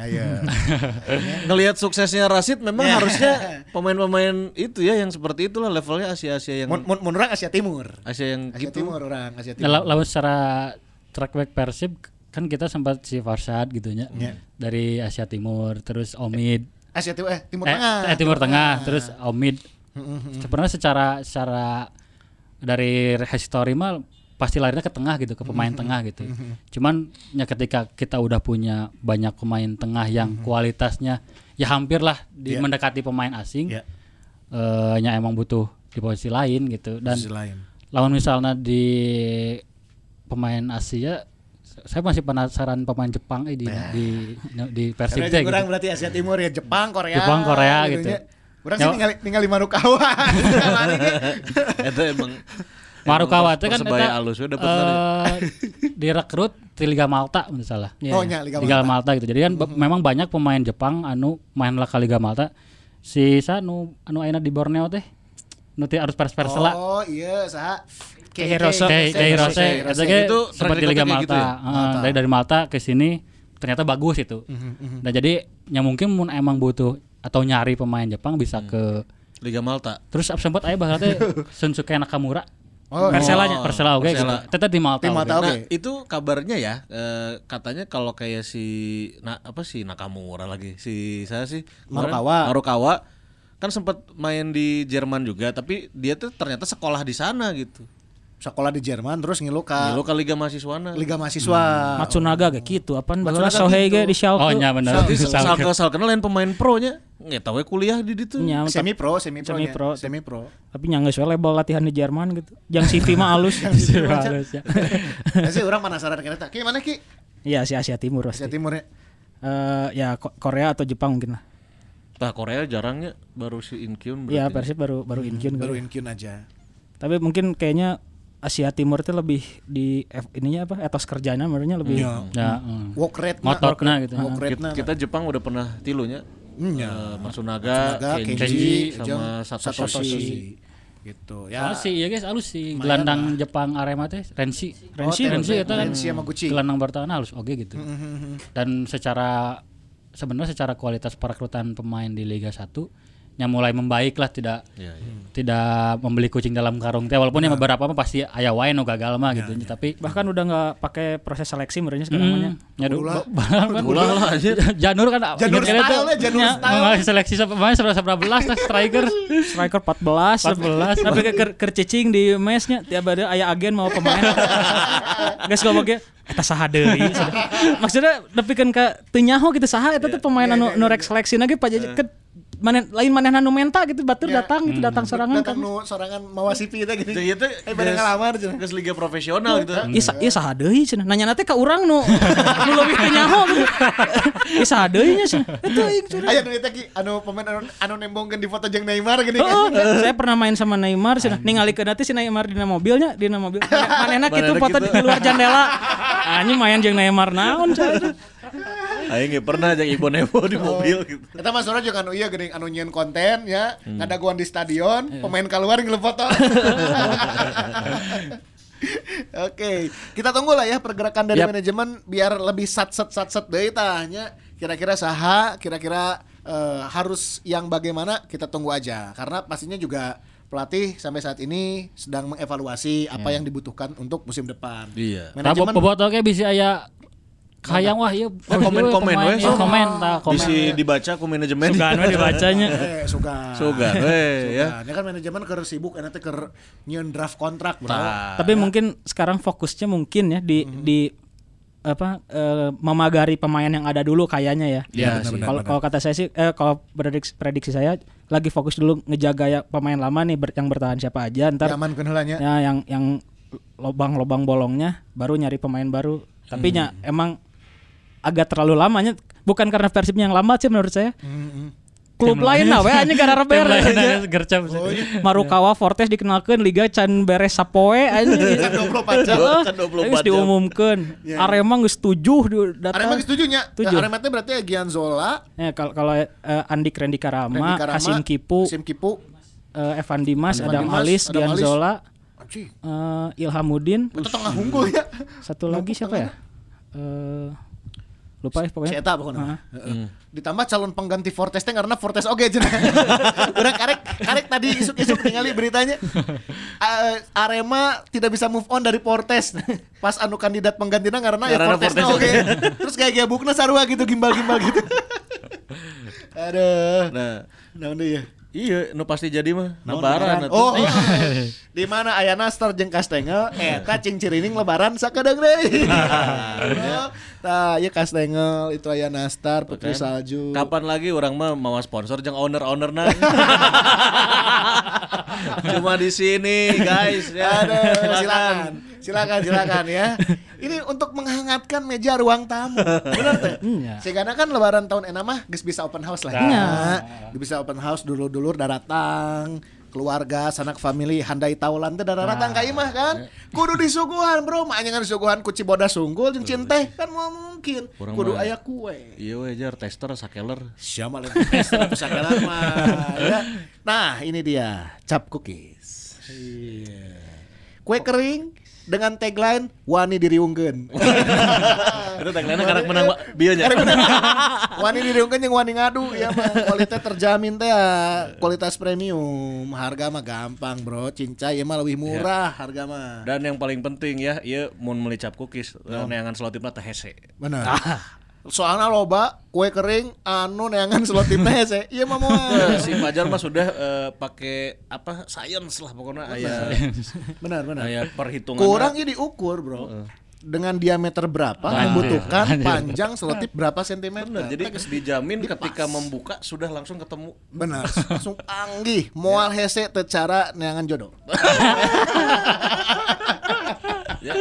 Speaker 4: Iya.
Speaker 2: Ayo.
Speaker 3: Ngelihat suksesnya Rasid memang
Speaker 2: Ya.
Speaker 3: harusnya pemain-pemain itu ya yang seperti itulah levelnya Asia-Asia yang
Speaker 2: mun mun mun orang Asia Timur.
Speaker 3: Asia yang
Speaker 2: Asia
Speaker 3: gitu.
Speaker 2: Timur orang, Asia
Speaker 4: Nah,
Speaker 2: Timur.
Speaker 4: la- lawan secara track back Persib kan kita sempat si Farsad gitu nya
Speaker 2: Iya.
Speaker 4: dari Asia Timur terus Omid
Speaker 2: Asia Timur eh Timur
Speaker 4: eh,
Speaker 2: Tengah. Nah. Mm-hmm.
Speaker 4: eh, Timur Tengah terus Omid sebenarnya secara secara dari history mah pasti larinya ke tengah gitu ke pemain
Speaker 2: Mm-hmm.
Speaker 4: tengah gitu cuman ya ketika kita udah punya banyak pemain tengah
Speaker 2: Mm-hmm.
Speaker 4: yang kualitasnya ya hampir lah di
Speaker 2: Iya.
Speaker 4: mendekati pemain asing
Speaker 2: Iya.
Speaker 4: eh, nya emang butuh di posisi lain gitu dan
Speaker 2: Sisi lain.
Speaker 4: lawan misalnya di pemain Asia saya masih penasaran pemain Jepang eh, di, di di Persib
Speaker 2: Nah. Karena
Speaker 4: teh
Speaker 2: kurang
Speaker 4: gitu.
Speaker 2: berarti Asia Timur ya Jepang, Korea.
Speaker 4: Jepang, Korea, gitu.
Speaker 2: Kurang sih
Speaker 4: Ya.
Speaker 2: ningali ningali Marukawa. Kemarin ya.
Speaker 3: itu emang
Speaker 4: Marukawa teh kan
Speaker 3: Persebaya
Speaker 4: eta,
Speaker 3: alus we dapat
Speaker 4: eh,
Speaker 3: kali. ya?
Speaker 4: direkrut di Liga Malta menurut salah.
Speaker 5: Iya.
Speaker 2: Oh, nya Liga
Speaker 4: Liga
Speaker 2: Malta.
Speaker 4: Malta gitu. Jadi kan ba- memang banyak pemain Jepang anu main lah ke Liga Malta. Si sanu anu ayeuna di Borneo teh nu teu harus pers persela.
Speaker 2: Oh, iya, saha?
Speaker 5: Keirose.
Speaker 4: Kayak kayak Hirose,
Speaker 2: Keirose.
Speaker 4: eta ge
Speaker 3: Itu
Speaker 4: sempat di
Speaker 3: track
Speaker 4: Liga
Speaker 3: recordnya
Speaker 4: Malta.
Speaker 3: gitu ya?
Speaker 4: Heeh, dari dari Malta ke sini ternyata bagus itu. Nah, jadi yang mungkin mun emang butuh atau nyari pemain Jepang bisa ke
Speaker 3: Liga Malta.
Speaker 4: Terus sempat aya bahkan teh Sunsuke Nakamura.
Speaker 2: Oh,
Speaker 4: Persela nya, Persela oke Oh, gitu.
Speaker 3: Persela.
Speaker 4: Teteh di Malta.
Speaker 2: Tim
Speaker 4: oge.
Speaker 2: Malta.
Speaker 3: Nah,
Speaker 2: Oke.
Speaker 3: itu kabarnya ya eh, katanya kalau kayak si na, apa sih Nakamura lagi si saya sih kemarin,
Speaker 2: Marukawa.
Speaker 3: Marukawa kan sempat main di Jerman juga tapi dia tuh ternyata sekolah di sana gitu.
Speaker 2: sekolah di Jerman terus ngilu ke
Speaker 3: Lalu ke Liga Mahasiswana.
Speaker 2: Liga Mahasiswa.
Speaker 5: Matsunaga kayak gitu. Apaan
Speaker 2: Eh,
Speaker 5: baheula
Speaker 2: Matsunaga
Speaker 5: Sohei
Speaker 2: gitu.
Speaker 5: ge di Schalke.
Speaker 4: Oh, nya bener.
Speaker 3: Tapi
Speaker 4: Bisa.
Speaker 3: Salke Salke lain pemain pro nya nggak tahu ya kuliah di situ.
Speaker 5: Nya,
Speaker 4: Iya.
Speaker 5: tapi-
Speaker 2: semi pro semi pro
Speaker 5: Semi-pro.
Speaker 2: semi pro
Speaker 5: tapi nyanggeus we label latihan di Jerman gitu. Yang CV mah alus. Alus, ya.
Speaker 2: Nah, sih orang penasaran kereta ki mana ki ya.
Speaker 5: Iya, si Asia Timur
Speaker 2: Asia
Speaker 5: pasti.
Speaker 2: Timurnya
Speaker 5: Eh, ya Ko- Korea atau Jepang mungkin lah.
Speaker 3: Nah Korea jarangnya baru si Inkyun
Speaker 5: Iya,
Speaker 3: berarti.
Speaker 5: Persib baru baru Incheon
Speaker 2: baru
Speaker 5: kali.
Speaker 2: Inkyun aja
Speaker 5: Tapi mungkin kayaknya Asia Timur itu lebih di F, ininya apa? Etos kerjanya menurutnya lebih
Speaker 2: ya
Speaker 4: Ya, heeh.
Speaker 2: walk rate
Speaker 4: Ngototna gitu.
Speaker 2: walk rate
Speaker 3: Kita, kita Jepang udah pernah tilunya. Eh, Matsunaga,
Speaker 2: Naga Hmm,
Speaker 3: Kenji,
Speaker 2: ya. Kenji
Speaker 3: sama
Speaker 2: Jung,
Speaker 3: Satoshi.
Speaker 2: gitu
Speaker 4: Soalnya
Speaker 2: ya
Speaker 4: si iya guys halus si gelandang Jepang Arema teh Rensi.
Speaker 5: Renshi,
Speaker 4: Rensi eta kan
Speaker 2: Renshi Oh, sama Gucci. Mm-hmm,
Speaker 4: gelandang bertahan halus oke gitu. Dan secara sebenarnya secara kualitas perekrutan pemain di Liga 1 yang mulai membaik lah tidak
Speaker 3: Iya, iya.
Speaker 4: tidak membeli kucing dalam karung teh walaupun yang beberapa mah pasti aya wae nu gagal mah gitu
Speaker 2: Iya,
Speaker 4: tapi
Speaker 5: bahkan udah nggak pakai proses seleksi menurutnya sekarang
Speaker 4: Hmm,
Speaker 5: namanya.
Speaker 4: ya duh,
Speaker 2: Ulah.
Speaker 4: ba- ba-
Speaker 3: Ulah lah aja.
Speaker 4: Janur kan
Speaker 2: Janur
Speaker 4: ingat-ingat
Speaker 2: style
Speaker 4: tuh,
Speaker 2: lah, Janur
Speaker 4: ya,
Speaker 2: style.
Speaker 4: nggak seleksi sampai pemain seberapa seberapa belas lah, striker.
Speaker 5: Striker 14,
Speaker 4: 14.
Speaker 5: tapi ke ker- kercicing di mesnya tiap ada aya agen mau pemain. Guys gua bagi eta saha deui. Maksudnya depikeun ka teu nyaho gitu saha eta teh pemain anu nu rek seleksi
Speaker 2: Eh.
Speaker 5: ge pajaja ke mana lain manehna nu menta gitu batur
Speaker 2: Ya.
Speaker 5: datang gitu datang serangan
Speaker 2: Hmm. datang
Speaker 5: kan.
Speaker 2: nu sorangan mawasipi kita gitu
Speaker 4: Iya.
Speaker 3: Jadi
Speaker 2: eh
Speaker 3: itu
Speaker 2: pada ngalamar jeung
Speaker 3: Geus liga profesional gitu.
Speaker 5: Iya sa- iya saha deui cenah. Nanya nate ka urang nu nu leuwih teu nyaho gitu. Iya saha deui nya cenah. Eta aing cenah.
Speaker 2: Aya duit ki anu pemain anu, anu nembongkeun di foto jeung Neymar gini
Speaker 4: Oh,
Speaker 5: Heeh,
Speaker 2: kan.
Speaker 5: saya pernah main sama Neymar sih. Ningali ke nanti si Neymar di mobilnya, di mobil. Manehna gitu
Speaker 3: Manehna
Speaker 5: foto
Speaker 3: kitu.
Speaker 5: di luar jendela. Anjing main jeung Neymar naon cai.
Speaker 3: Aing nggak pernah ajak Ibu Nevo di
Speaker 2: Oh.
Speaker 3: mobil gitu.
Speaker 2: Eta mah sora jeung anu ieu geuning anu nyieun konten ya,
Speaker 3: Hmm.
Speaker 2: ngadaguan di stadion,
Speaker 3: Iya.
Speaker 2: pemain keluar ngeuleuh foto. Oke, kita tunggu lah ya pergerakan dari
Speaker 5: Yap.
Speaker 2: manajemen biar lebih sat-set sat-set deui tah nya. Kira-kira saha, kira-kira eh, harus yang bagaimana kita tunggu aja karena pastinya juga pelatih sampai saat ini sedang mengevaluasi apa yang dibutuhkan untuk musim depan.
Speaker 3: Iya.
Speaker 4: Nah, bo-
Speaker 2: Manajemen
Speaker 4: bobot oke bisa aya Kahayang wah
Speaker 2: Eh,
Speaker 4: ieu
Speaker 3: Eh, komen-komen
Speaker 4: Oh, iya, pemain,
Speaker 3: we.
Speaker 4: ieu komen
Speaker 2: Oh.
Speaker 4: tah komen.
Speaker 3: Bisa dibaca ku manajemen.
Speaker 5: Sugan we Anu dibacanya.
Speaker 2: Eh, suka.
Speaker 3: Sugan we ya.
Speaker 2: Ya. kan manajemen keur sibuk eta teh keur nyieun draft kontrak, Bro.
Speaker 3: Tah.
Speaker 5: Tapi mungkin sekarang fokusnya mungkin ya di
Speaker 2: Hmm.
Speaker 5: di apa eh, memagari pemain yang ada dulu kayaknya ya.
Speaker 3: Iya,
Speaker 2: benar,
Speaker 3: sih.
Speaker 2: benar.
Speaker 5: Kalau kalau kata saya sih eh kalau prediksi, prediksi saya lagi fokus dulu ngejaga ya pemain lama nih ber- yang bertahan siapa aja ntar
Speaker 2: Nyaman kan heulanya.
Speaker 5: ya yang yang lobang-lobang bolongnya baru nyari pemain baru. Tapi nya emang agak terlalu lamanya bukan karena persibnya yang lama sih menurut saya. Klub lain lah, we anjing gara
Speaker 4: Tim
Speaker 5: beres
Speaker 4: lain
Speaker 5: aja.
Speaker 4: ada gercep sih.
Speaker 5: Iya.
Speaker 2: Oh, iya.
Speaker 5: Marukawa Fortes dikenalkan Liga Can Beres Sapoe aja.
Speaker 2: Kan 24 jam.
Speaker 5: Heeh,
Speaker 3: Can 24
Speaker 5: geus
Speaker 3: jam.
Speaker 5: diumumkan. Arema geus tujuh di datang.
Speaker 2: Arema setuju nya.
Speaker 5: Setuju.
Speaker 2: Arema teh berarti ya Gian Zola,
Speaker 5: Ya, kalau kalau eh, Andi Randy Karama,
Speaker 2: Randy Karama,
Speaker 5: Hasim Kipu,
Speaker 2: Hasim Kipu.
Speaker 5: eh, Evan Dimas,
Speaker 2: Evan
Speaker 5: Adam
Speaker 2: Dimas,
Speaker 5: Alis,
Speaker 2: Adam
Speaker 5: Dian
Speaker 2: Alis.
Speaker 5: Zola,
Speaker 2: Anjing,
Speaker 5: eh, Ilhamudin,
Speaker 2: itu tengah unggul ya.
Speaker 5: satu lagi siapa ya? Eh, lupa ya
Speaker 2: Si
Speaker 5: pokoknya.
Speaker 2: Eta pokoknya. Heeh. Ditambah calon pengganti Fortes teh karena Fortes oge aja. Udah karek karek tadi isuk-isuk ningali beritanya. Eh, Arema tidak bisa move on dari Fortes. Pas anu kandidat penggantina karena ya
Speaker 3: Karena
Speaker 2: Fortes,
Speaker 3: Fortes
Speaker 2: oge. Terus kayak gaya bukna sarua gitu gimbal-gimbal gitu. Aduh.
Speaker 3: Nah,
Speaker 2: Nah, udah ya.
Speaker 3: iya nu pasti jadi mah lebaran
Speaker 2: Oh,
Speaker 3: atuh.
Speaker 2: di mana Ayana Star jeung Kastengel eta cingcirining lebaran sakadeng deui. Tah, ieu Kastengel itu Ayana Star Putri Salju.
Speaker 3: Kapan lagi orang mah mau sponsor jeung owner-owner Cuma di sini guys ya.
Speaker 2: Aduh, silakan. Silakan, silakan ya. Ini untuk menghangatkan meja ruang tamu. Benar teh.
Speaker 5: Iya.
Speaker 2: Sehingga kan lebaran tahun enak mah geus bisa open house lah. ya.
Speaker 5: Iya.
Speaker 2: Geus bisa open house dulur-dulur daratang keluarga, sanak family, handai taulan teh daratang ka imah kan. Kudu disuguhan, Bro. Makanya kan disuguhan kuci bodas sunggul jeung cin teh kan mau mungkin.
Speaker 3: Kurang
Speaker 2: Kudu
Speaker 3: mah.
Speaker 2: aya kue.
Speaker 3: Iya we jar tester sakeler.
Speaker 2: Siapa lagi pesta atau sakalan mah. ya. Nah, ini dia cap cookies. Kue kering dengan tagline wani diriungkeun.
Speaker 3: Itu tagline karek menang Pak. Bieu nya.
Speaker 2: wani diriungkeun yang wani ngadu ya mah kualitas terjamin teh ya. kualitas premium. Harga mah gampang, Bro. Cincay ya mah lebih murah harga mah.
Speaker 3: Dan yang paling penting ya, ieu mun meuli cap cookies,
Speaker 2: Iya.
Speaker 3: Nah, neangan selotipna teh hese.
Speaker 2: Benar. Soalnya loba kue kering anu neangan selotipna ya, se. Iya mah moal.
Speaker 3: Nah, si Fajar mah sudah eh, pakai apa science lah pokoknya Iya. ayah
Speaker 2: Benar, benar.
Speaker 3: ayah perhitungan
Speaker 2: Kurang iya. ini diukur bro Dengan diameter berapa membutuhkan panjang selotip berapa sentimeter
Speaker 3: jadi dijamin ketika membuka sudah langsung ketemu
Speaker 2: Benar Langsung panggih Moal hese tecara neangan jodoh
Speaker 3: ya.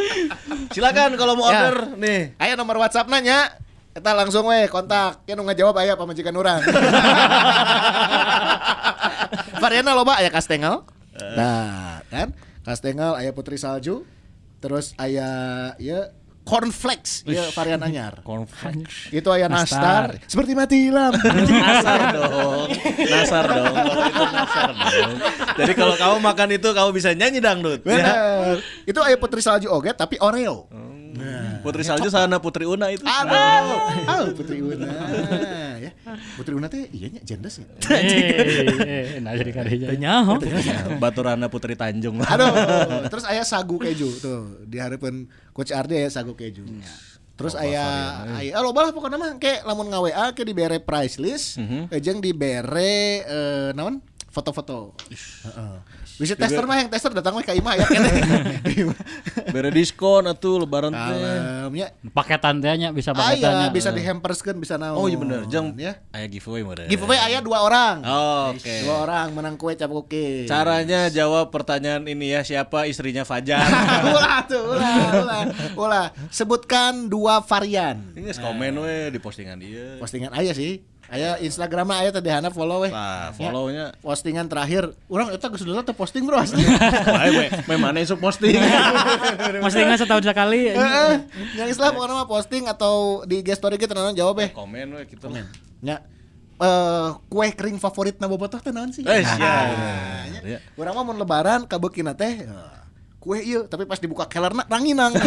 Speaker 3: silakan kalau
Speaker 2: Ya.
Speaker 3: mau order nih
Speaker 2: Ayo nomor whatsapp nanya Kita langsung weh kontak Ya nu ngajawab aya pamajikan orang Variana loba aya kastengel
Speaker 3: Eh.
Speaker 2: Nah kan Kastengel aya putri salju Terus aya ya cornflakes ya varian anyar
Speaker 3: konflik
Speaker 2: itu aya nastar seperti mati lampu
Speaker 3: nasar dong nasar dong Kalau itu nasar dong jadi kalau kamu makan itu kamu bisa nyanyi dangdut ya. Hmm.
Speaker 2: Benar. Itu ayah putri salju oge tapi Oreo.
Speaker 3: putri salju sana putri una itu
Speaker 2: Ah. Aduh, aduh putri Una. ya. Putri Una teh iya nya jendes ya.
Speaker 5: Iya,
Speaker 4: Eh, eh, nah jadi kadenya.
Speaker 5: Tanya,
Speaker 3: baturana putri Tanjung
Speaker 2: Aduh, terus ayah sagu keju tuh di harapan coach Ardi aya sagu keju.
Speaker 3: Hmm.
Speaker 2: Ya. Terus ayah
Speaker 3: ya.
Speaker 2: ayah lo balah pokoknya mah kayak lamun nga WA ke dibere price list,
Speaker 3: Mhm.
Speaker 2: eh, jeung dibere eh, naon? foto-foto. Heeh. Bisa tester mah yang tester datang mah ka Ima ya.
Speaker 3: bere diskon atuh lebaran teh
Speaker 2: Kalemnya
Speaker 4: Paketan teh nya bisa paketannya.
Speaker 2: Aya ya. bisa di hamperskan bisa naon.
Speaker 3: oh iya bener jang
Speaker 2: ya.
Speaker 3: ayah giveaway meren
Speaker 2: Giveaway ayah dua orang.
Speaker 3: Oh, oke
Speaker 2: Dua orang menang kue cap cookies.
Speaker 3: Caranya jawab pertanyaan ini ya siapa istrinya Fajar?
Speaker 2: ulah tuh, ulah, ulah, ulah. Sebutkan dua varian.
Speaker 3: ini geus komen we di postingan dia.
Speaker 2: Postingan ayah sih. Ayah Instagram ayah tadi Hana follow weh. Ya.
Speaker 3: Nah, follow-nya
Speaker 2: Postingan terakhir, orang itu geus dulu teh posting bro asli.
Speaker 3: Wae we, we mana isu posting.
Speaker 5: masih ingat setahun sekali.
Speaker 2: Heeh. Yang Islam pokoknya mah posting atau di IG story kita nonton jawab eh.
Speaker 3: komen we gitu. Komen.
Speaker 2: Ya. Eh, kue kering favorit na bobotoh teh naon sih?
Speaker 3: Eh, sia.
Speaker 2: Ya. Urang mah mun lebaran kabeukinna teh ya, kue ieu tapi pas dibuka kelerna ranginang.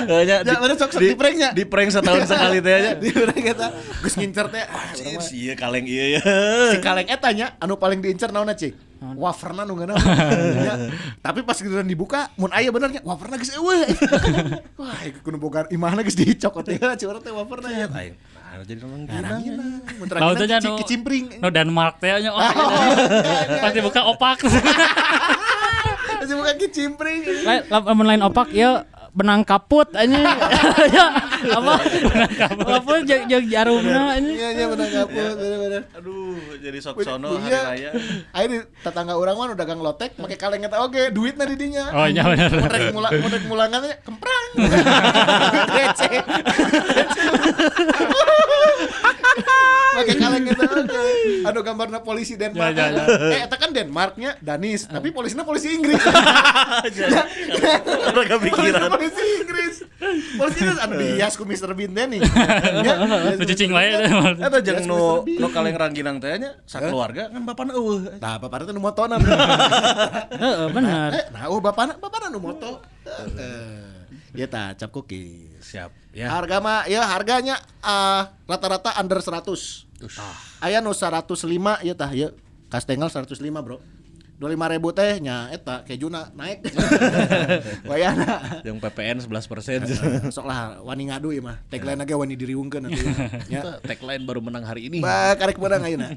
Speaker 3: Ya,
Speaker 2: ya, mana sok- sok di prank-nya.
Speaker 3: Di prank setahun sekali teh ya. aja.
Speaker 2: Di urang eta geus ngincer teh. ah, urang mah.
Speaker 3: Iya kaleng iya ya.
Speaker 2: Si kaleng eta nya anu paling diincer naonna cik? waferna nu ngeunah. Ya, tapi pas giliran dibuka mun aya benernya waferna geus eueuh. Wah, ieu kudu boga imahna geus dicokot teh cura teh waferna ya.
Speaker 3: Ayo, nah, jadi orang
Speaker 2: Nah, mun
Speaker 4: Lalu
Speaker 2: terakhir
Speaker 4: tanya
Speaker 2: ci-
Speaker 4: nu-
Speaker 2: kicimpring. Iya,
Speaker 4: No Denmark teh nya. wah, Pasti buka opak.
Speaker 2: Masih bukan kicimpring.
Speaker 5: Lain- Lamun lain opak ya benang kaput anjing. ya apa? Benang kaput. Kaput jeung jeung jarumna anjing.
Speaker 2: Iya, iya benar ngapus, benar-benar.
Speaker 3: Aduh, jadi sok
Speaker 2: Punya-
Speaker 3: sono hari
Speaker 2: punya. iya.
Speaker 3: raya.
Speaker 2: Ayo di tetangga orang mah udah dagang lotek pakai kaleng eta oge duitna di dinya.
Speaker 4: Oh iya benar.
Speaker 2: Mun rek nah mula mun rek mulangannya kemprang. Receh. Pakai kaleng eta oge. Aduh gambarna polisi Denmark.
Speaker 4: Ya, ya, Ah.
Speaker 2: Eh eta kan Denmarknya Danis, tapi polisinya polisi Inggris.
Speaker 3: Orang gak pikiran.
Speaker 2: polisi Inggris. Polisi Inggris anu dihias ku Mr. Bean teh nih. Ya,
Speaker 4: Nu cicing wae.
Speaker 3: Eta jeung nu nu kaleng rangginang teh nya sakeluarga kan bapana eueuh.
Speaker 2: Nah, bapana teh nu motonan.
Speaker 5: Heeh, bener.
Speaker 2: Eh, nah, oh bapana, bapana nu moto. Heeh. Ya tah cap cookies.
Speaker 3: Siap.
Speaker 2: Harga mah ya harganya eh, rata-rata under 100. Aya nu 105 ya tah ya. Kastengel 105, Bro. 25 ribu teh nya eta kejuna naik. Wayana.
Speaker 3: Yang PPN 11%.
Speaker 2: Sok lah wani ngadu ieu mah.
Speaker 3: Iya.
Speaker 2: Tagline ge wani diriungkeun atuh.
Speaker 3: Ya.
Speaker 2: Ya.
Speaker 3: Tagline baru menang hari ini.
Speaker 2: Ba karek menang ayeuna.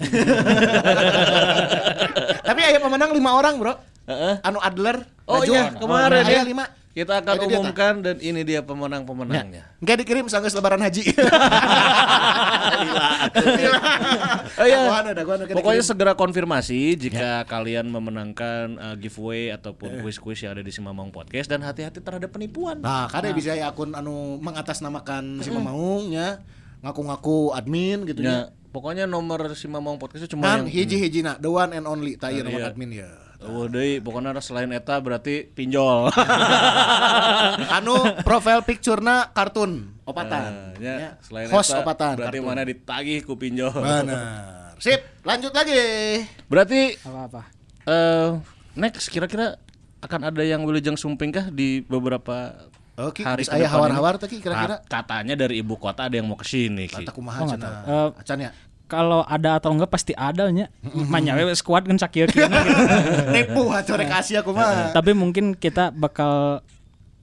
Speaker 2: Tapi aya pemenang 5 orang, Bro.
Speaker 3: Heeh.
Speaker 2: Anu Adler.
Speaker 3: Eh, Oh
Speaker 2: Najwa.
Speaker 3: iya, kemarin
Speaker 2: Aya
Speaker 3: ya.
Speaker 2: lima.
Speaker 3: Kita akan
Speaker 2: Jadi dia,
Speaker 3: umumkan dan ini
Speaker 2: Ya.
Speaker 3: dia pemenang-pemenangnya.
Speaker 2: Enggak dikirim sanggeus lebaran haji.
Speaker 3: Oh iya.
Speaker 2: Dakwaan, dakwaan, oke, Ya.
Speaker 3: Pokoknya
Speaker 2: dikirim.
Speaker 3: segera konfirmasi jika kalian memenangkan uh, giveaway ataupun kuis-kuis yang ada di Simamang Podcast dan hati-hati terhadap penipuan.
Speaker 2: Eh. Nah, kan bisa ya akun anu mengatasnamakan si Mamaung ya, ngaku-ngaku admin gitu
Speaker 3: Ya,
Speaker 2: ya.
Speaker 3: pokoknya nomor Simamang Podcast itu cuma
Speaker 2: Kan
Speaker 3: yang
Speaker 2: hiji-hijina the one and only tah ieu
Speaker 3: iya.
Speaker 2: nomor admin ya.
Speaker 3: Oh, deui, pokoknya selain eta berarti pinjol.
Speaker 2: Anu profile picturena kartun opatan.
Speaker 3: Ya,
Speaker 2: Ya.
Speaker 3: selain
Speaker 2: Host
Speaker 3: eta,
Speaker 2: opatan.
Speaker 3: Berarti
Speaker 2: kartun.
Speaker 3: mana ditagih ku pinjol.
Speaker 2: Benar. Sip, lanjut lagi.
Speaker 3: Berarti
Speaker 5: Apa-apa.
Speaker 3: eh, next kira-kira akan ada yang Wilujeng Sumping kah di beberapa
Speaker 2: Oke,
Speaker 3: hari
Speaker 2: geus
Speaker 3: ke
Speaker 2: aya
Speaker 3: depan ini?
Speaker 2: hawar-hawar teh Ki, kira-kira.
Speaker 3: Ka- katanya dari ibu kota ada yang mau ke sini Ki.
Speaker 2: Tah kumaha cenah.
Speaker 5: Eh,
Speaker 2: Acan ya.
Speaker 5: Kalau ada atau enggak pasti ada nya. Manya we squad kan sakit
Speaker 2: Repu atuh rek Asia kumaha.
Speaker 5: Tapi mungkin kita bakal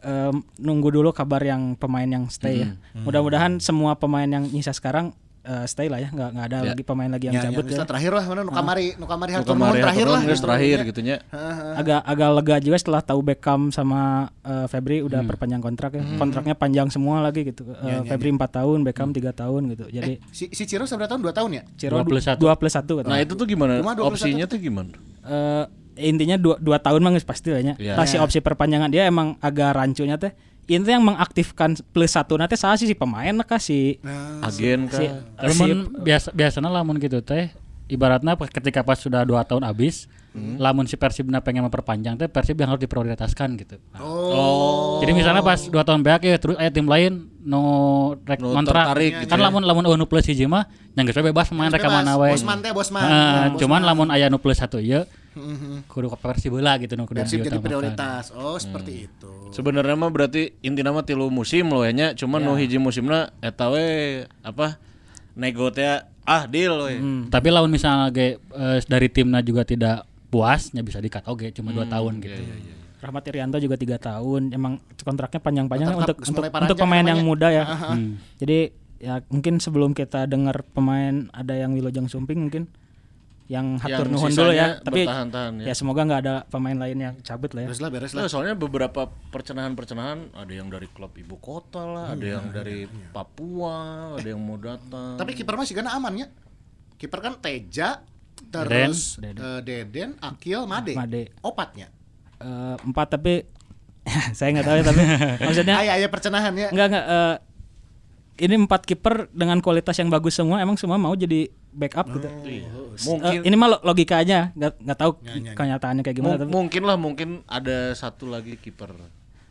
Speaker 5: em, nunggu dulu kabar yang pemain yang stay ya.
Speaker 2: Mm-hmm.
Speaker 5: Mudah-mudahan semua pemain yang nyisa sekarang eh, stay lah ya, nggak nggak ada lagi pemain lagi yang
Speaker 2: Ya,
Speaker 5: cabut
Speaker 2: ya,
Speaker 5: ya.
Speaker 2: terakhir lah mana nu kamari nu kamari
Speaker 3: Mau
Speaker 2: hartur
Speaker 3: kemarin
Speaker 2: nuhun terakhir
Speaker 3: atau
Speaker 2: lah.
Speaker 3: terus terakhir
Speaker 5: Iya.
Speaker 3: gitu nya.
Speaker 5: Agak agak lega juga setelah tahu Beckham sama eh, Febri udah
Speaker 2: Mm-hmm.
Speaker 5: perpanjang kontrak ya. Kontraknya panjang semua lagi gitu.
Speaker 2: Ya,
Speaker 5: Eh, Febri 4 tahun, Beckham tiga 3 tahun gitu. Jadi
Speaker 2: Si si Ciro seberapa tahun? 2 tahun ya?
Speaker 5: Ciro
Speaker 4: 21.
Speaker 5: 2 plus 1 katanya.
Speaker 3: Nah, itu tuh gimana?
Speaker 2: Cuma 21
Speaker 3: Opsinya tuh gimana?
Speaker 2: ya.
Speaker 5: eh intinya dua, dua tahun mah geus pasti lah nya.
Speaker 3: Iya.
Speaker 5: Tah si opsi perpanjangan dia emang agak rancunya teh. Intinya yang mengaktifkan plus satu nanti salah sih si pemain lah kah si
Speaker 3: Agen kah?
Speaker 5: si,
Speaker 4: Tapi
Speaker 5: si-
Speaker 4: Eh, mun biasa biasana lamun gitu teh ibaratnya pe- ketika pas sudah dua tahun habis,
Speaker 2: Hmm.
Speaker 4: lamun si Persibna pengen memperpanjang teh Persib yang harus diprioritaskan gitu. Oh. Jadi misalnya pas dua tahun back ya terus aya tim lain no rek
Speaker 3: Nu
Speaker 4: kontrak.
Speaker 3: tertarik gitu
Speaker 4: kan
Speaker 3: ya.
Speaker 4: lamun lamun anu plus hiji mah nyanggeus we bebas main rek ka
Speaker 2: bebas.
Speaker 4: mana wae.
Speaker 2: Bosman teh, Bosman.
Speaker 4: Heeh,
Speaker 2: Ya, Bosman. Hmm.
Speaker 4: cuman lamun aya nu plus satu ieu kudu ke Persib heula gitu nu kudu
Speaker 2: Persib jadi
Speaker 4: diutamakan.
Speaker 2: prioritas. Oh, seperti itu.
Speaker 3: Sebenarnya mah berarti inti nama tilu musim loh ya nya.
Speaker 5: Iya.
Speaker 3: Cuman nu hiji musimna eta we apa nego teh ah deal we.
Speaker 5: Hmm.
Speaker 4: Tapi lawan misalnya ge, eh, dari timna juga tidak puasnya bisa dikat oke cuma
Speaker 3: Hmm.
Speaker 4: dua tahun gitu.
Speaker 5: Rahmat Irianto juga tiga tahun. Emang kontraknya panjang-panjang
Speaker 2: Kontrak
Speaker 5: untuk
Speaker 2: geus
Speaker 5: untuk,
Speaker 2: mulai
Speaker 5: untuk
Speaker 2: panjang
Speaker 5: pemain yang
Speaker 2: namanya.
Speaker 5: muda ya. Hmm. Jadi ya mungkin sebelum kita dengar pemain ada yang Wilojeng Sumping mungkin yang hatur
Speaker 3: Yang
Speaker 5: nuhun dulu ya.
Speaker 3: sisanya
Speaker 5: Tapi
Speaker 3: bertahan-tahan ya.
Speaker 5: ya semoga nggak ada pemain lain yang cabut lah ya.
Speaker 2: Beres lah, beres lah.
Speaker 3: Nah, soalnya beberapa percenahan-percenahan ada yang dari klub ibu kota lah, ada
Speaker 5: Iya,
Speaker 3: yang dari Papua, ada yang mau datang.
Speaker 2: Tapi kiper masih gana aman ya. Kiper kan Teja, terus eh, Deden, Akil, Made.
Speaker 5: Made.
Speaker 2: Opatnya.
Speaker 5: Eh, empat tapi saya nggak tahu ya tapi maksudnya
Speaker 2: Ayah ayah percenahan ya.
Speaker 5: Enggak enggak eh, ini empat kiper dengan kualitas yang bagus semua emang semua mau jadi backup gitu.
Speaker 3: Iya. mungkin
Speaker 5: Eh, ini mah lo- logikanya nggak nggak tahu kenyataannya kayak gimana
Speaker 3: Mung-
Speaker 5: tapi
Speaker 3: mungkin lah mungkin ada satu lagi kiper.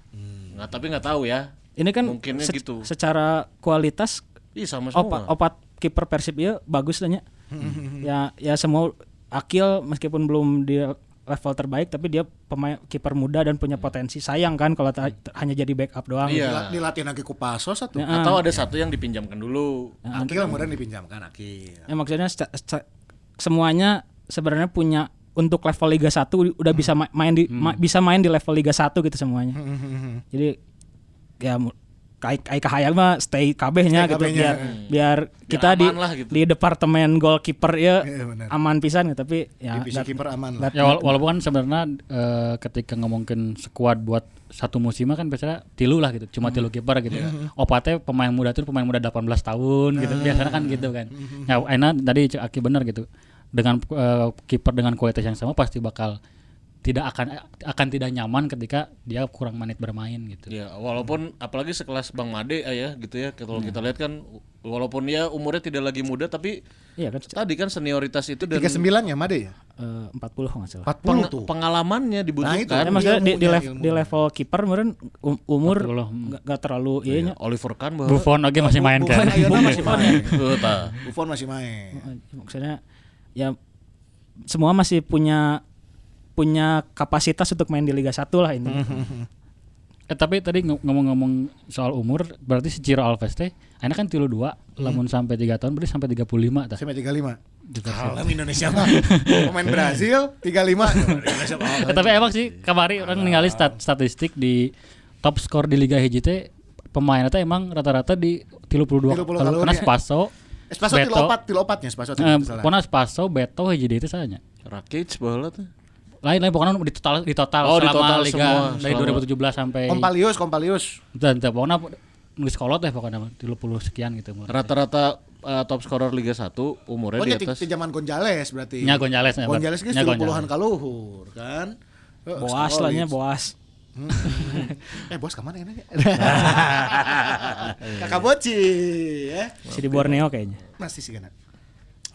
Speaker 5: Hmm.
Speaker 3: Nggak tapi nggak tahu ya.
Speaker 5: ini kan
Speaker 3: mungkinnya
Speaker 5: se-
Speaker 3: gitu.
Speaker 5: secara kualitas
Speaker 3: Ih Iya, sama
Speaker 2: Oh,
Speaker 3: semua.
Speaker 5: opat opat kiper Persib ya bagus lah nya.
Speaker 3: Hmm.
Speaker 5: ya ya semua akil meskipun belum di level terbaik tapi dia pemain kiper muda dan punya potensi sayang kan kalau ta- hanya jadi backup doang
Speaker 3: Hmm. Iya.
Speaker 2: Dila- Dilatih lagi ku Paso satu.
Speaker 3: Atau ada satu yang dipinjamkan dulu.
Speaker 2: Akil kemudian dipinjamkan Akil.
Speaker 5: Ya maksudnya seca- seca- semuanya sebenarnya punya untuk level Liga 1 udah bisa
Speaker 2: Hmm.
Speaker 5: ma- main di ma- bisa main di level Liga 1 gitu semuanya.
Speaker 2: hmm.
Speaker 5: Jadi ya mu- kai kai kahayang mah stay kabehnya
Speaker 2: Stay
Speaker 5: gitu
Speaker 2: kabehnya.
Speaker 5: biar biar
Speaker 3: aman
Speaker 5: kita di
Speaker 3: lah gitu.
Speaker 5: di departemen goalkeeper ya
Speaker 2: Iya, benar.
Speaker 5: aman pisan ya tapi ya
Speaker 2: Divisi
Speaker 5: dat-
Speaker 2: kiper aman lah.
Speaker 5: dat-
Speaker 4: Ya wala- walaupun kan sebenarnya eh, ketika ngomongin squad buat satu musim kan biasanya tilu lah gitu,
Speaker 2: Hmm.
Speaker 4: cuma tilu kiper gitu. Opatnya pemain muda tuh pemain muda 18 tahun gitu.
Speaker 2: Hmm.
Speaker 4: Biasanya kan gitu kan. Ya enak tadi Cek Aki benar gitu. Dengan eh, kiper dengan kualitas yang sama pasti bakal tidak akan akan tidak nyaman ketika dia kurang menit bermain
Speaker 2: Iya.
Speaker 4: gitu.
Speaker 3: Ya, walaupun apalagi sekelas Bang Made eh, ya gitu ya. Kalau
Speaker 2: Iya.
Speaker 3: kita lihat kan walaupun ya umurnya tidak lagi muda tapi
Speaker 5: iya kan
Speaker 3: tadi kan senioritas itu dan
Speaker 2: 39 ya Made ya?
Speaker 5: eh, 40 kalau nggak salah.
Speaker 2: 40
Speaker 3: peng-
Speaker 2: tuh. Nah,
Speaker 3: pengalamannya
Speaker 5: Ya,
Speaker 3: dibutuhkan.
Speaker 2: itu. kan.
Speaker 5: maksudnya di, di,
Speaker 2: Ilmunya,
Speaker 5: lev- di level kiper meren um- umur
Speaker 4: 40, hmm.
Speaker 5: nggak nggak terlalu iya nya.
Speaker 3: Ya, Oliver Kahn Nah, bahwa
Speaker 4: Buffon oke masih main
Speaker 2: Bukan,
Speaker 4: kan.
Speaker 2: ayeuna masih main.
Speaker 3: Eh, tah.
Speaker 2: Buffon masih main.
Speaker 5: maksudnya ya semua masih punya punya kapasitas untuk main di Liga 1 lah ini.
Speaker 4: Eh, tapi tadi ng- ngomong-ngomong soal umur, berarti si Ciro Alves teh, akhirnya kan tilu dua,
Speaker 2: Hmm.
Speaker 4: lamun sampai tiga tahun berarti sampai 35 tah.
Speaker 2: Sampai 35. Alam Indonesia mah. Pemain Brazil 35. Indonesia mah.
Speaker 4: Eh, tapi emang sih kamari orang ningali stat- statistik di top skor di Liga Hiji teh pemain eta emang rata-rata di
Speaker 2: 30
Speaker 4: 32 kalau
Speaker 2: kalori.
Speaker 4: karena Spaso
Speaker 2: Espaso tilopat, tilopatnya Espaso
Speaker 4: eh,
Speaker 2: tidak salah.
Speaker 4: pokoknya Spaso Beto Hiji itu saja
Speaker 3: Rakic bahwa tuh.
Speaker 4: lain lain pokoknya di total di total
Speaker 3: Oh, di
Speaker 4: selama
Speaker 3: total
Speaker 4: Liga
Speaker 3: semua,
Speaker 4: dari
Speaker 3: selama.
Speaker 4: 2017 sampai
Speaker 2: Kompalius, Kompalius.
Speaker 4: dan dan pokoknya nulis kolot teh pokoknya 30 sekian gitu
Speaker 2: Iya.
Speaker 3: Rata-rata eh, top scorer Liga 1 umurnya
Speaker 2: Oh,
Speaker 3: di
Speaker 2: di
Speaker 3: atas
Speaker 2: zaman Gonzales berarti.
Speaker 4: Nya Gonzales, ya, Pak.
Speaker 2: Gonzales geus
Speaker 4: Nya
Speaker 2: 30-an kaluhur kan. Heeh,
Speaker 5: boas lah nya boas.
Speaker 2: Eh, bos kemana enaknya? Kakak boci ya.
Speaker 5: Si di Borneo kayaknya.
Speaker 2: Masih sih kan.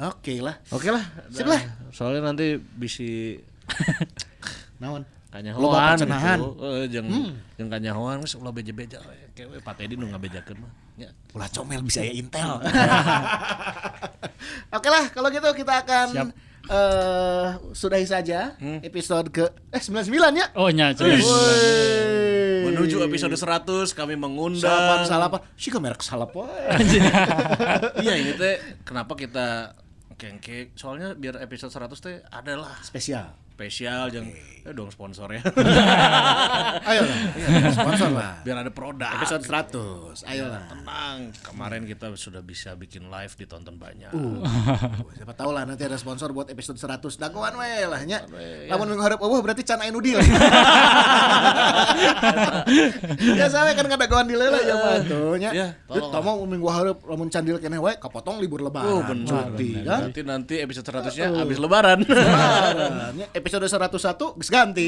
Speaker 2: Oke lah.
Speaker 3: Oke lah.
Speaker 2: Sip lah.
Speaker 3: Soalnya nanti bisi
Speaker 2: Naon?
Speaker 3: kanyahoan
Speaker 2: Loba percenahan.
Speaker 3: gitu. Heeh, jeung jeung kanyahoan geus ulah beja-beja we. eh, Kayak we patedi nu ngabejakeun mah. Nya.
Speaker 2: Ulah comel bisa ya Intel. Oke lah, kalau gitu kita akan
Speaker 4: Siap.
Speaker 2: eh, sudahi saja episode ke eh 99 ya.
Speaker 4: oh nya cuy.
Speaker 2: Woi.
Speaker 3: Menuju episode 100 kami mengundang.
Speaker 2: salapan salapan. Sih ke merek salap. woi.
Speaker 3: Iya ini teh kenapa kita kengke soalnya biar episode 100 teh adalah
Speaker 2: Spesial.
Speaker 3: spesial jeung eh, dong sponsornya.
Speaker 2: Ayo lah. iya, Sponsor lah.
Speaker 3: biar ada produk.
Speaker 2: Episode 100. Ayo lah.
Speaker 3: Tenang, kemarin kita sudah bisa bikin live ditonton banyak.
Speaker 2: Siapa tahu lah nanti ada sponsor buat episode 100 dagoan we lah nya. Lamun minggu harap eueuh berarti can aya nu deal. Ya sawe kan kadagoan deal lah ya mah tuh nya.
Speaker 3: Ya, tolong
Speaker 2: Tama minggu harap lamun can deal keneh we kapotong libur lebaran.
Speaker 3: Oh benar.
Speaker 2: Cuti
Speaker 3: benar. Uh,
Speaker 2: kan.
Speaker 3: Berarti nanti episode 100-nya habis lebaran.
Speaker 2: Lebaran, nya. Episode 101 geus ganti.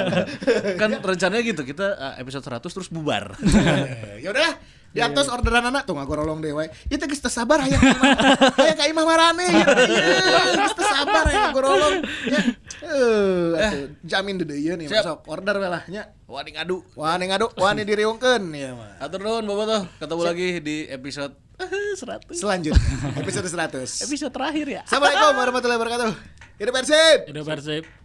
Speaker 3: kan rencananya gitu, kita eh, episode 100 terus bubar.
Speaker 2: Ya udah di
Speaker 3: Iya.
Speaker 2: atas orderan anak tuh ngagorolong deh we. Itu geus teu sabar hayang ka imah. Hayang ka imah marane. ya. Iya, Geus teu sabar hayang ngagorolong. Ya. Eh, atuh, jamin deui ieu nih
Speaker 3: Siap.
Speaker 2: masuk order we lah ya. nya.
Speaker 3: Wani ngadu.
Speaker 2: Wani ngaduk, wani diriungkeun ya mah.
Speaker 3: Atur nuhun Bobotoh, ketemu lagi di episode 100.
Speaker 2: Selanjutnya episode 100.
Speaker 3: Episode terakhir ya.
Speaker 2: Assalamualaikum warahmatullahi wabarakatuh. Hidup Persib.
Speaker 4: Hidup Persib